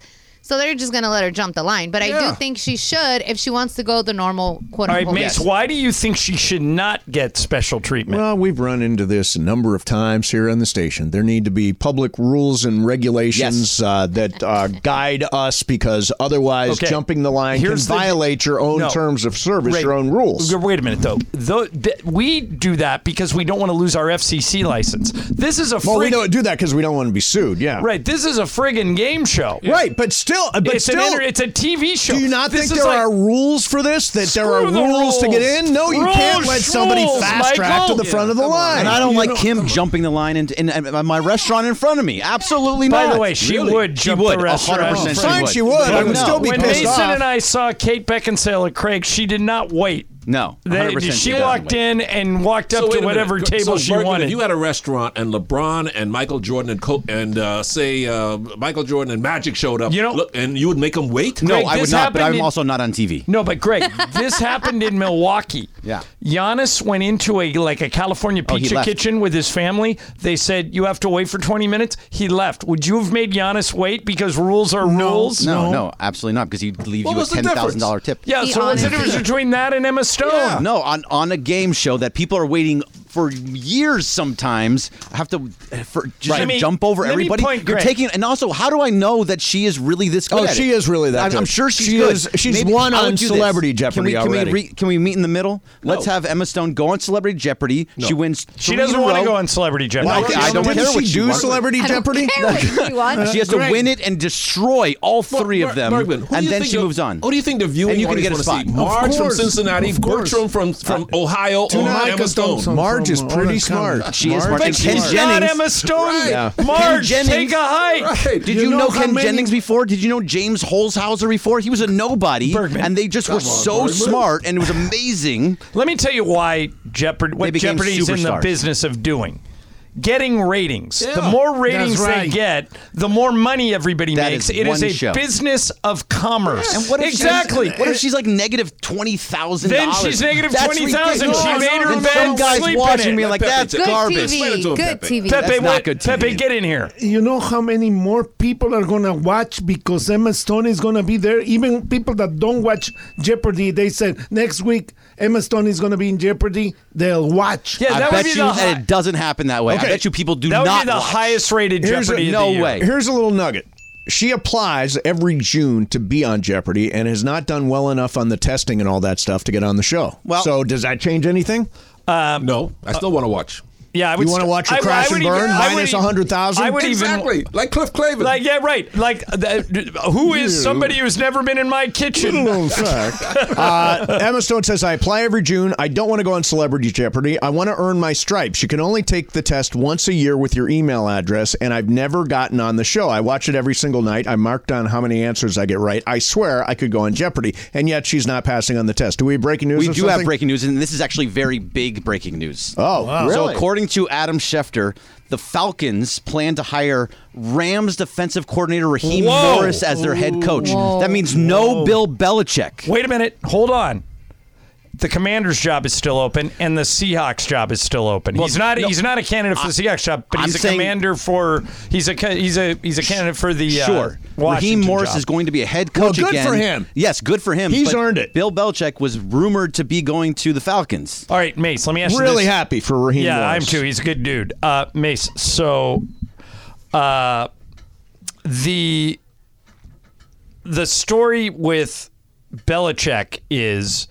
Speaker 13: So they're just gonna let her jump the line. But I
Speaker 4: Yeah.
Speaker 13: do think she should, if she wants to go the normal quote
Speaker 4: All right,
Speaker 13: unquote.
Speaker 4: Mace, why do you think she should not get special treatment?
Speaker 6: Well, we've run into this a number of times here on the station. There need to be public rules and regulations uh, that uh, guide us because otherwise,
Speaker 4: Okay.
Speaker 6: jumping the line
Speaker 4: Here's
Speaker 6: can
Speaker 4: the-
Speaker 6: violate your own
Speaker 4: No.
Speaker 6: terms of service,
Speaker 4: Right.
Speaker 6: your own rules.
Speaker 4: Wait- Wait a minute, though. Tho- th- we do that because we don't want to lose our FCC license. This is a
Speaker 6: Well, we
Speaker 4: frig-
Speaker 6: don't do that because we don't want to be sued. Yeah,
Speaker 4: right. This is a friggin' game show.
Speaker 6: Right, but still, but
Speaker 4: it's an
Speaker 6: still,
Speaker 4: inter- it's a TV show.
Speaker 6: Do you not
Speaker 4: This
Speaker 6: think
Speaker 4: is
Speaker 6: there
Speaker 4: like-
Speaker 6: are rules for this? That there are
Speaker 4: Screw
Speaker 6: rules,
Speaker 4: the
Speaker 6: to get
Speaker 4: rules.
Speaker 6: in? No, you can't
Speaker 4: Rules,
Speaker 6: let somebody
Speaker 4: rules,
Speaker 6: fast track to
Speaker 4: Michael.
Speaker 6: the front of the
Speaker 4: Yeah, come on.
Speaker 6: line.
Speaker 10: And I don't like him jumping the line in, in, in my restaurant in front of me. Absolutely
Speaker 4: By
Speaker 10: not.
Speaker 4: the way, she would
Speaker 10: She
Speaker 4: jump
Speaker 10: would.
Speaker 4: the restaurant.
Speaker 10: 100%
Speaker 6: Fine, she would. I would
Speaker 4: No.
Speaker 6: still be
Speaker 4: when
Speaker 6: pissed
Speaker 4: Mason
Speaker 6: off.
Speaker 4: and I saw Kate Beckinsale at Craig, she did not wait.
Speaker 10: No,
Speaker 4: They,
Speaker 12: 100% she
Speaker 4: she
Speaker 12: doesn't
Speaker 4: walked in and walked up
Speaker 12: wait a
Speaker 4: to
Speaker 12: minute.
Speaker 4: whatever
Speaker 12: So,
Speaker 4: table she
Speaker 12: Bergman,
Speaker 4: wanted.
Speaker 12: If you had a restaurant and LeBron and Michael Jordan and Co- and uh, say uh, Michael Jordan and Magic showed up, you know, look, and you would make them wait.
Speaker 10: No, I would not, but I'm also not on TV.
Speaker 4: No, but Greg, this happened in Milwaukee. Yeah. Giannis went into a like a California
Speaker 10: Oh, he
Speaker 4: pizza
Speaker 10: left.
Speaker 4: kitchen with his family. They said you have to wait for 20 minutes. He left. Would you have made Giannis wait because rules are rules?
Speaker 10: No, no, absolutely not, because he'd leave
Speaker 4: What
Speaker 10: you a
Speaker 4: was the
Speaker 10: ten thousand dollar
Speaker 4: difference?
Speaker 10: tip.
Speaker 4: Yeah, so what's the difference between that and Emma Stone?
Speaker 10: Oh, No, on on a game show that people are waiting for years sometimes have to eh, for just
Speaker 4: Right.
Speaker 10: to
Speaker 4: Let me-
Speaker 10: jump over
Speaker 4: let me
Speaker 10: everybody.
Speaker 4: point
Speaker 10: You're
Speaker 4: Greg.
Speaker 10: taking and also how do I know that she is really this good?
Speaker 6: Oh,
Speaker 10: at
Speaker 6: she
Speaker 10: it?
Speaker 6: is really that
Speaker 10: I'm, I'm
Speaker 6: good.
Speaker 10: sure she's
Speaker 6: She
Speaker 10: good.
Speaker 6: is- she's
Speaker 10: Maybe
Speaker 6: won
Speaker 10: I would
Speaker 6: on
Speaker 10: do this.
Speaker 6: Celebrity Jeopardy
Speaker 10: Can we, can
Speaker 6: already.
Speaker 10: we, can we meet in the middle? Let's have Emma Stone go on Celebrity Jeopardy. She wins.
Speaker 4: She
Speaker 10: three
Speaker 4: doesn't
Speaker 10: in a
Speaker 4: want to
Speaker 10: row.
Speaker 4: go on Celebrity Jeopardy.
Speaker 10: Well, I, I don't
Speaker 6: Didn't
Speaker 10: care
Speaker 6: she
Speaker 10: what
Speaker 6: do
Speaker 10: wants.
Speaker 6: Celebrity I don't Jeopardy? care what she wants.
Speaker 10: she has to
Speaker 12: Greg.
Speaker 10: win it and destroy all three of them,
Speaker 12: Bergman, who do
Speaker 10: and
Speaker 12: you
Speaker 10: then
Speaker 12: think
Speaker 10: she
Speaker 12: the-
Speaker 10: moves on.
Speaker 12: Who do you think the viewing
Speaker 10: And you can
Speaker 12: audience
Speaker 10: get a
Speaker 12: wanna
Speaker 10: spot.
Speaker 12: see? Marge from Cincinnati, Bertram from from Ohio,
Speaker 6: Do not
Speaker 12: or Emma
Speaker 6: go-
Speaker 12: Stone.
Speaker 6: Marge is pretty smart.
Speaker 10: She is smart.
Speaker 6: Marge
Speaker 10: And Ken
Speaker 6: smart.
Speaker 10: Jennings.
Speaker 6: Right. Yeah.
Speaker 10: Ken
Speaker 4: Marge,
Speaker 10: Jennings.
Speaker 4: take a hike.
Speaker 10: Did you, know, Ken Jennings before? Did you know James Holzhauser before? He was a nobody, and they just were
Speaker 4: Come on,
Speaker 10: so
Speaker 4: Bergman.
Speaker 10: smart, and it was amazing.
Speaker 4: Let me tell you why Jeopardy.
Speaker 10: They
Speaker 4: What
Speaker 10: became
Speaker 4: Jeopardy's in the
Speaker 10: superstars.
Speaker 4: business of doing. Getting ratings. The
Speaker 10: Yeah.
Speaker 4: more ratings
Speaker 10: That's
Speaker 4: they
Speaker 10: right.
Speaker 4: get, the more money everybody
Speaker 10: That
Speaker 4: makes.
Speaker 10: is
Speaker 4: it is
Speaker 10: one
Speaker 4: a
Speaker 10: show.
Speaker 4: business of commerce.
Speaker 10: And what if she's-
Speaker 4: exactly?
Speaker 10: what if she's like negative twenty thousand?
Speaker 4: Then she's negative 20,000. She made her
Speaker 10: and
Speaker 4: bed,
Speaker 10: Some guys
Speaker 4: sleep in
Speaker 10: watching
Speaker 4: it.
Speaker 10: me like
Speaker 4: Pepe,
Speaker 10: that's
Speaker 4: Good
Speaker 10: garbage.
Speaker 4: TV, Explain it to him, good Pepe. TV. Pepe,
Speaker 10: That's not
Speaker 4: what-
Speaker 10: good TV.
Speaker 4: Pepe, get in here.
Speaker 14: You know how many more people are gonna watch because Emma Stone is gonna be there. Even people that don't watch Jeopardy, they said next week Emma Stone is gonna be in Jeopardy. They'll watch.
Speaker 10: I bet you and it doesn't happen that way.
Speaker 6: Okay.
Speaker 10: I bet you people do
Speaker 6: That would be
Speaker 10: not.
Speaker 6: the
Speaker 10: watch.
Speaker 4: highest rated
Speaker 6: Here's a-
Speaker 10: no way.
Speaker 6: Here's a little nugget. She applies every June to be on Jeopardy and has not done well enough on the testing and all that stuff to get on the show.
Speaker 12: Well-
Speaker 6: so does that change anything?
Speaker 4: Um,
Speaker 12: no, I still want to watch.
Speaker 4: Yeah, I
Speaker 6: You
Speaker 4: would
Speaker 6: wanna
Speaker 4: st-
Speaker 6: watch her
Speaker 4: I would-
Speaker 6: crash
Speaker 4: I
Speaker 6: and
Speaker 4: would
Speaker 6: burn?
Speaker 4: I would
Speaker 6: Minus
Speaker 4: even-
Speaker 6: 100,000?
Speaker 4: I would
Speaker 6: Exactly,
Speaker 4: even
Speaker 12: like Cliff Clavin.
Speaker 4: Like yeah, right. Like uh, who is somebody who's never been in my kitchen?
Speaker 6: uh, Emma Stone says, I apply every June. I don't want to go on Celebrity Jeopardy. I want to earn my stripes. You can only take the test once a year with your email address, and I've never gotten on the show. I watch it every single night. I mark down how many answers I get right. I swear I could go on Jeopardy, and yet she's not passing on the test. Do we have breaking news?
Speaker 10: We
Speaker 6: or
Speaker 10: do have
Speaker 6: something?
Speaker 10: breaking news, and this is actually very big breaking news.
Speaker 6: Oh, Wow.
Speaker 10: So
Speaker 6: really?
Speaker 10: according to Adam Schefter, the Falcons plan to hire Rams defensive coordinator Raheem
Speaker 4: Whoa.
Speaker 10: Morris as their head coach. That means no Bill Belichick.
Speaker 4: Wait a minute. Hold on. The commander's job is still open, and the Seahawks job is still open. he's not.
Speaker 10: no.
Speaker 4: he's not a candidate for the Seahawks job, but
Speaker 10: I'm
Speaker 4: he's a
Speaker 10: saying-
Speaker 4: commander for. He's a. ca- He's a. He's a candidate for the. Uh,
Speaker 10: sure. Raheem
Speaker 4: Washington
Speaker 10: Morris
Speaker 4: job.
Speaker 10: is going to be a head coach
Speaker 4: good
Speaker 10: again.
Speaker 4: for him.
Speaker 10: Yes, good for him.
Speaker 4: He's
Speaker 10: earned it. Bill Belichick was rumored to be going to the Falcons.
Speaker 4: All right, Mace. Let me ask you.
Speaker 10: Really
Speaker 4: this.
Speaker 10: happy for Raheem
Speaker 4: Yeah,
Speaker 10: Morris.
Speaker 4: I'm too. He's a good dude. Uh, Mace. So, uh, the the story with Belichick is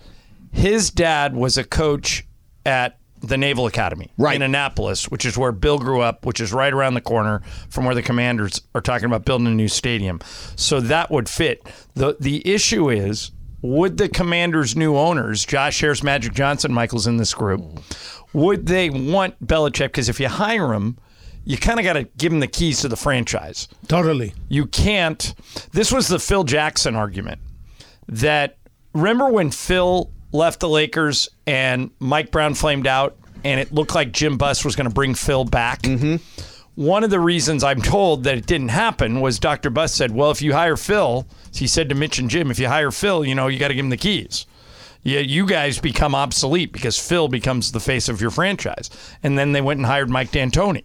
Speaker 4: his dad was a coach at the Naval Academy in Annapolis, which is where Bill grew up, which is right around the corner from where the Commanders are talking about building a new stadium. So that would fit. the The issue is. Would the Commanders' new owners, Josh Harris, Magic Johnson, Michael's in this group, would they want Belichick? Because if you hire him, you kind of got to give him the keys to the franchise.
Speaker 14: Totally.
Speaker 4: You can't. This was the Phil Jackson argument that remember when Phil left the Lakers and Mike Brown flamed out and it looked like Jim Buss was going to bring Phil back? Mm-hmm. One of the reasons I'm told that it didn't happen was Dr. Buss said, well, if you hire Phil, he said to Mitch and Jim, if you hire Phil, you know, you got to give him the keys. Yeah, you guys become obsolete because Phil becomes the face of your franchise. And then they went and hired Mike D'Antoni.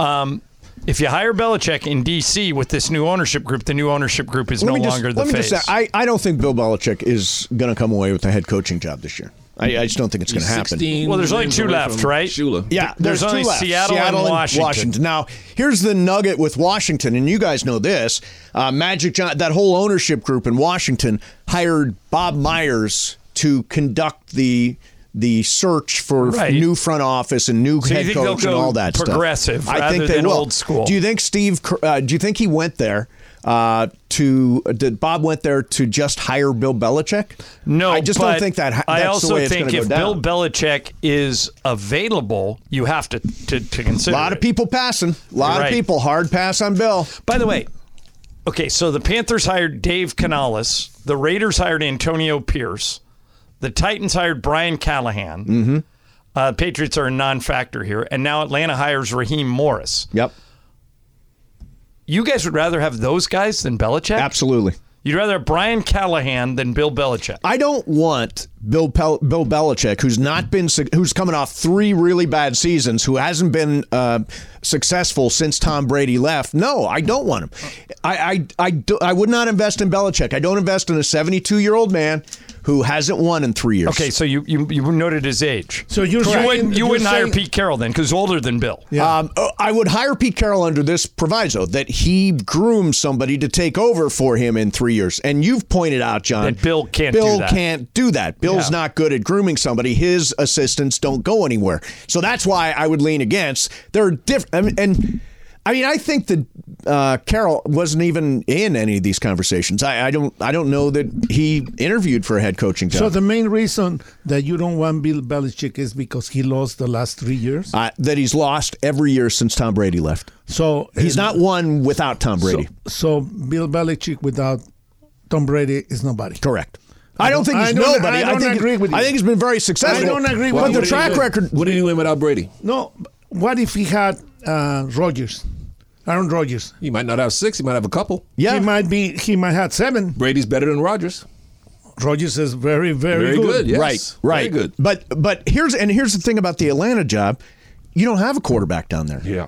Speaker 4: Um, if you hire Belichick in D.C. with this new ownership group, the new ownership group is no
Speaker 6: me just-
Speaker 4: longer the
Speaker 6: let me
Speaker 4: face.
Speaker 6: Just say, I, I don't think Bill Belichick is going to come away with a head coaching job this year. I, I just don't think it's going to happen.
Speaker 4: Well, there's only two left, right?
Speaker 6: Yeah,
Speaker 4: there's,
Speaker 6: two
Speaker 4: only
Speaker 6: left.
Speaker 4: Seattle, and Washington.
Speaker 6: Now, here's the nugget with Washington, and you guys know this. Uh, Magic John, that whole ownership group in Washington hired Bob Myers to conduct the the search for f-
Speaker 4: Right.
Speaker 6: new front office and new
Speaker 4: So you
Speaker 6: head
Speaker 4: think they'll
Speaker 6: coach and
Speaker 4: go
Speaker 6: all that
Speaker 4: progressive
Speaker 6: stuff. I
Speaker 4: rather
Speaker 6: think they
Speaker 4: than
Speaker 6: will.
Speaker 4: old school?
Speaker 6: Do you think Steve? Kerr- Uh, do you think he went there? Uh, to did Bob went there to just hire Bill Belichick?
Speaker 4: No,
Speaker 6: I just
Speaker 4: but
Speaker 6: don't think that. ha- That's
Speaker 4: I also
Speaker 6: the way it's
Speaker 4: think
Speaker 6: gonna go
Speaker 4: if
Speaker 6: down.
Speaker 4: Bill Belichick is available, you have to to, to consider.
Speaker 6: a lot of people passing. A lot
Speaker 4: Right.
Speaker 6: of people hard pass on Bill.
Speaker 4: By the way, okay, so the Panthers hired Dave Canales, the Raiders hired Antonio Pierce, the Titans hired Brian Callahan. Mm-hmm. Uh, Patriots are a non-factor here, and now Atlanta hires Raheem Morris.
Speaker 6: Yep.
Speaker 4: You guys would rather have those guys than Belichick?
Speaker 6: Absolutely.
Speaker 4: You'd rather have Brian Callahan than Bill Belichick.
Speaker 6: I don't want Bill Pel- Bill Belichick, who's not been su- who's coming off three really bad seasons, who hasn't been uh, successful since Tom Brady left. No, I don't want him. I I I, do- I would not invest in Belichick. I don't invest in a 72 year old man who hasn't won in three years.
Speaker 4: Okay, so you, you you noted his age.
Speaker 6: So you're
Speaker 4: you
Speaker 6: saying-
Speaker 4: wouldn't, you
Speaker 6: you're
Speaker 4: wouldn't hire
Speaker 6: saying-
Speaker 4: Pete Carroll then, because older than Bill.
Speaker 6: Um, oh, I would hire Pete Carroll under this proviso that he grooms somebody to take over for him in three years. And you've pointed out, John,
Speaker 4: That Bill can't
Speaker 6: Bill
Speaker 4: do that.
Speaker 6: can't do that. Bill's
Speaker 4: Yeah.
Speaker 6: not good at grooming somebody. His assistants don't go anywhere. So that's why I would lean against. There are different, I mean, and I mean, I think that uh, Carroll wasn't even in any of these conversations. I, I don't, I don't know that he interviewed for a head coaching job.
Speaker 14: So the main reason that you don't want Bill Belichick is because he lost the last three years.
Speaker 6: uh, that he's lost every year since Tom Brady left.
Speaker 14: So
Speaker 6: He's not won without Tom Brady.
Speaker 14: So Bill Belichick without Tom Brady is nobody.
Speaker 6: Correct. I don't think he's
Speaker 14: I don't,
Speaker 6: nobody.
Speaker 14: I
Speaker 6: I
Speaker 14: don't
Speaker 6: think-
Speaker 14: agree with you.
Speaker 6: I think he's been very
Speaker 14: I
Speaker 6: successful.
Speaker 14: don't agree
Speaker 6: But
Speaker 14: with
Speaker 6: the
Speaker 14: you.
Speaker 6: track record-
Speaker 12: What did he win without Brady?
Speaker 14: No, but what if he had uh, Rogers, Aaron Rodgers?
Speaker 12: He might not have six. He might have a couple.
Speaker 14: Yeah, he might be. He might have seven.
Speaker 12: Brady's better than Rodgers.
Speaker 14: Rodgers is very, very,
Speaker 12: Very good, yes.
Speaker 6: Right.
Speaker 12: Very
Speaker 6: Right.
Speaker 12: good.
Speaker 6: But but here's and here's the thing about the Atlanta job, you don't have a quarterback down there.
Speaker 12: Yeah.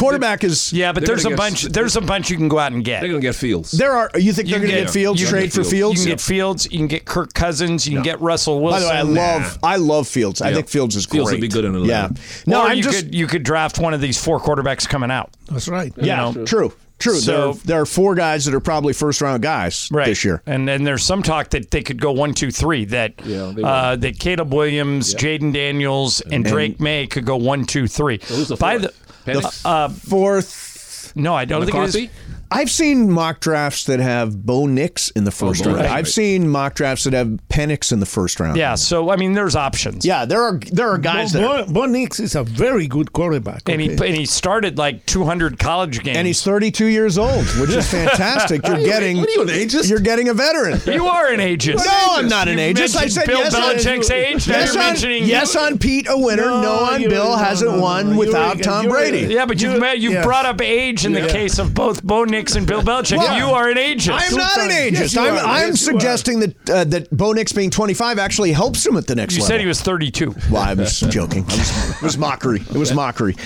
Speaker 6: quarterback is
Speaker 4: Yeah, but
Speaker 6: They're
Speaker 4: there's a
Speaker 6: gonna get-
Speaker 4: bunch. There's a bunch you can go out and get.
Speaker 12: They're going to get Fields.
Speaker 6: There are. You think they're
Speaker 4: can
Speaker 6: going to get Fields?
Speaker 4: you can
Speaker 6: Trade
Speaker 4: get
Speaker 6: for Fields?
Speaker 4: You can get Fields. You can get Kirk Cousins. You can get Russell
Speaker 6: By
Speaker 4: Wilson.
Speaker 6: the way, I love I love Fields. I
Speaker 4: Yeah.
Speaker 6: think Fields is great.
Speaker 4: Fields would be good in Atlanta.
Speaker 6: Yeah.
Speaker 4: No,
Speaker 6: No,
Speaker 4: or
Speaker 6: I'm
Speaker 4: you
Speaker 6: just
Speaker 4: could you could draft one of these four quarterbacks coming out.
Speaker 14: That's right.
Speaker 6: yeah.
Speaker 4: you know.
Speaker 6: True. True. there, are,
Speaker 4: So-
Speaker 6: there are four guys that are probably first round guys this year.
Speaker 4: And then there's some talk that they could go one, two, three. That
Speaker 6: they
Speaker 4: uh, that Caleb Williams, Jaden Daniels, and Drake May could go one, two, three. By the
Speaker 6: Penix?
Speaker 4: uh,
Speaker 6: fourth.
Speaker 4: No, I don't think it
Speaker 6: McCarthy?
Speaker 4: is.
Speaker 6: I've seen mock drafts that have Oh, Bo Nix in the first
Speaker 4: Bo
Speaker 6: round.
Speaker 4: Nix,
Speaker 6: I've
Speaker 4: right.
Speaker 6: seen mock drafts that have Penix in the first round.
Speaker 4: Yeah. So I mean, there's options.
Speaker 6: Yeah, there are there are guys that
Speaker 14: Bo, Bo, Bo Nix is a very good quarterback.
Speaker 4: And he and he started like 200 college games.
Speaker 6: and he's 32 years old, which is fantastic. You're
Speaker 4: What are you-
Speaker 6: getting
Speaker 4: what are you, an ageist?
Speaker 6: are getting a veteran.
Speaker 4: You are an ageist.
Speaker 6: No, I'm not an
Speaker 4: You
Speaker 6: ageist. I
Speaker 4: mentioned
Speaker 6: said
Speaker 4: Bill
Speaker 6: yes
Speaker 4: Belichick's
Speaker 6: on,
Speaker 4: age. Now
Speaker 6: Yes,
Speaker 4: you're
Speaker 6: on,
Speaker 4: mentioning
Speaker 6: yes on Pete, a winner. No,
Speaker 4: No,
Speaker 6: on
Speaker 4: you-
Speaker 6: Bill hasn't won without Tom Brady.
Speaker 4: Yeah, but you've met, you've
Speaker 6: yes.
Speaker 4: brought up age in the
Speaker 6: Yeah.
Speaker 4: case of both Bo Nix and Bill Belichick.
Speaker 6: Well,
Speaker 4: you are an ageist.
Speaker 6: I am not an ageist.
Speaker 4: you
Speaker 6: I'm,
Speaker 4: are.
Speaker 6: I'm
Speaker 4: Yes, you are.
Speaker 6: suggesting that uh, that Bo Nix being 25 actually helps him at the next
Speaker 4: You
Speaker 6: level.
Speaker 4: said he was 32.
Speaker 6: Well, I was joking. I was- it was mockery. It was mockery.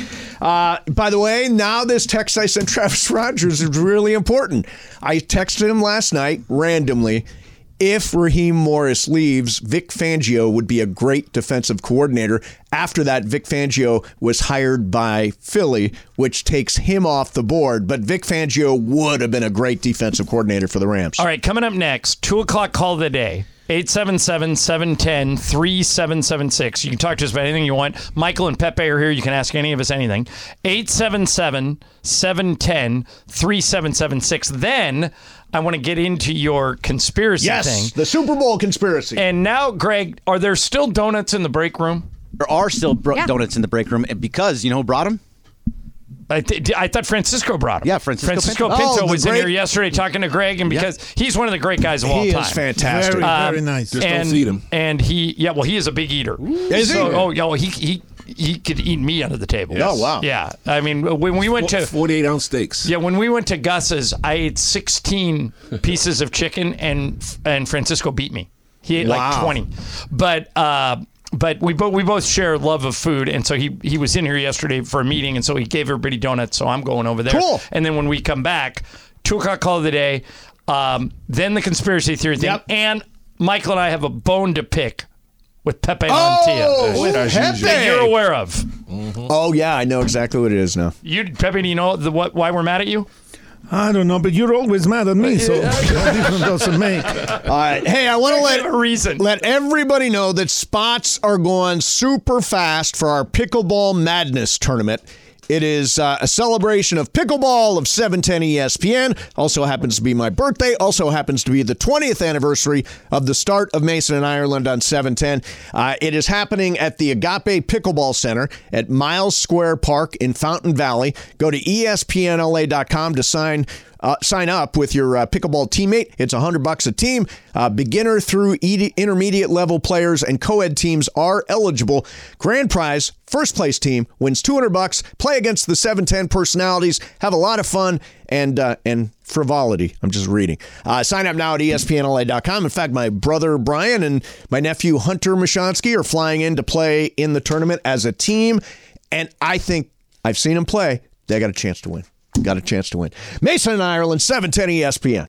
Speaker 6: Uh, by the way, now this text I sent Travis Rogers is really important. I texted him last night randomly. If Raheem Morris leaves, Vic Fangio would be a great defensive coordinator. After that, Vic Fangio was hired by Philly, which takes him off the board. But Vic Fangio would have been a great defensive coordinator for the Rams.
Speaker 4: All right, coming up next, 2 o'clock call of the day. 877 710 3776. You can talk to us about anything you want. Michael and Pepe are here. You can ask any of us anything. 877 710 3776. Then I want to get into your conspiracy thing.
Speaker 6: Yes, the Super Bowl conspiracy.
Speaker 4: And now, Greg, are there still donuts in the break room?
Speaker 10: There are still bro- donuts in the break room and because you know who brought them.
Speaker 4: I, th- I thought Francisco brought him.
Speaker 10: Yeah, Francisco,
Speaker 4: Francisco
Speaker 10: Pinto,
Speaker 4: Pinto,
Speaker 10: Oh, the
Speaker 4: was in
Speaker 10: great-
Speaker 4: here yesterday talking to Greg, and because he's one of the great guys of all
Speaker 6: He is
Speaker 4: time.
Speaker 6: fantastic. Very, very
Speaker 4: Um,
Speaker 6: nice. Just don't
Speaker 4: and,
Speaker 6: feed him.
Speaker 4: And he, yeah, well, he is a big eater.
Speaker 6: Is he?
Speaker 4: So- Oh, yeah, well, he he he could eat me under the table.
Speaker 12: Yes. Oh, wow.
Speaker 4: Yeah, I mean when we went to
Speaker 12: forty-eight ounce steaks.
Speaker 4: Yeah, when we went to Gus's, I ate sixteen pieces of chicken, and and Francisco beat me. He ate like
Speaker 12: Wow.
Speaker 4: twenty, but. Uh, but we both we both share love of food, and so he he was in here yesterday for a meeting, and so he gave everybody donuts. So I'm going over there.
Speaker 6: Cool.
Speaker 4: And then when we come back, two o'clock call of the day, um, then the conspiracy theory thing, and Michael and I have a bone to pick with Pepe
Speaker 6: Oh,
Speaker 4: Montilla.
Speaker 6: with As Pepe.
Speaker 4: That you're aware of.
Speaker 6: Oh yeah, I know exactly what it is now.
Speaker 4: You Pepe, do you know the, what why we're mad at you?
Speaker 14: I don't know, but you're always mad at me, so what difference does it make?
Speaker 6: All right. Hey, I want to let
Speaker 4: reason.
Speaker 6: let everybody know that spots are going super fast for our pickleball madness tournament. It is uh, a celebration of pickleball of E 710 ESPN. Also happens to be my birthday. Also happens to be the 20th anniversary of the start of Mason and Ireland on 710. Uh, it is happening at the Agape Pickleball Center at Miles Square Park in Fountain Valley. Go to E espnla.com to sign uh, sign up with your uh, pickleball teammate. It's 100 bucks a team. Uh, beginner through ed- intermediate level players and co-ed teams are eligible. Grand prize, first place team wins 200 bucks. Play against the 710 personalities. Have a lot of fun and uh, and frivolity. I'm just reading. Uh, sign up now at espnla.com. In fact, my brother Brian and my nephew Hunter Mashonsky are flying in to play in the tournament as a team, and I think I've seen them play. They got a chance to win. Got a chance to win. Mason and Ireland, 710 ESPN.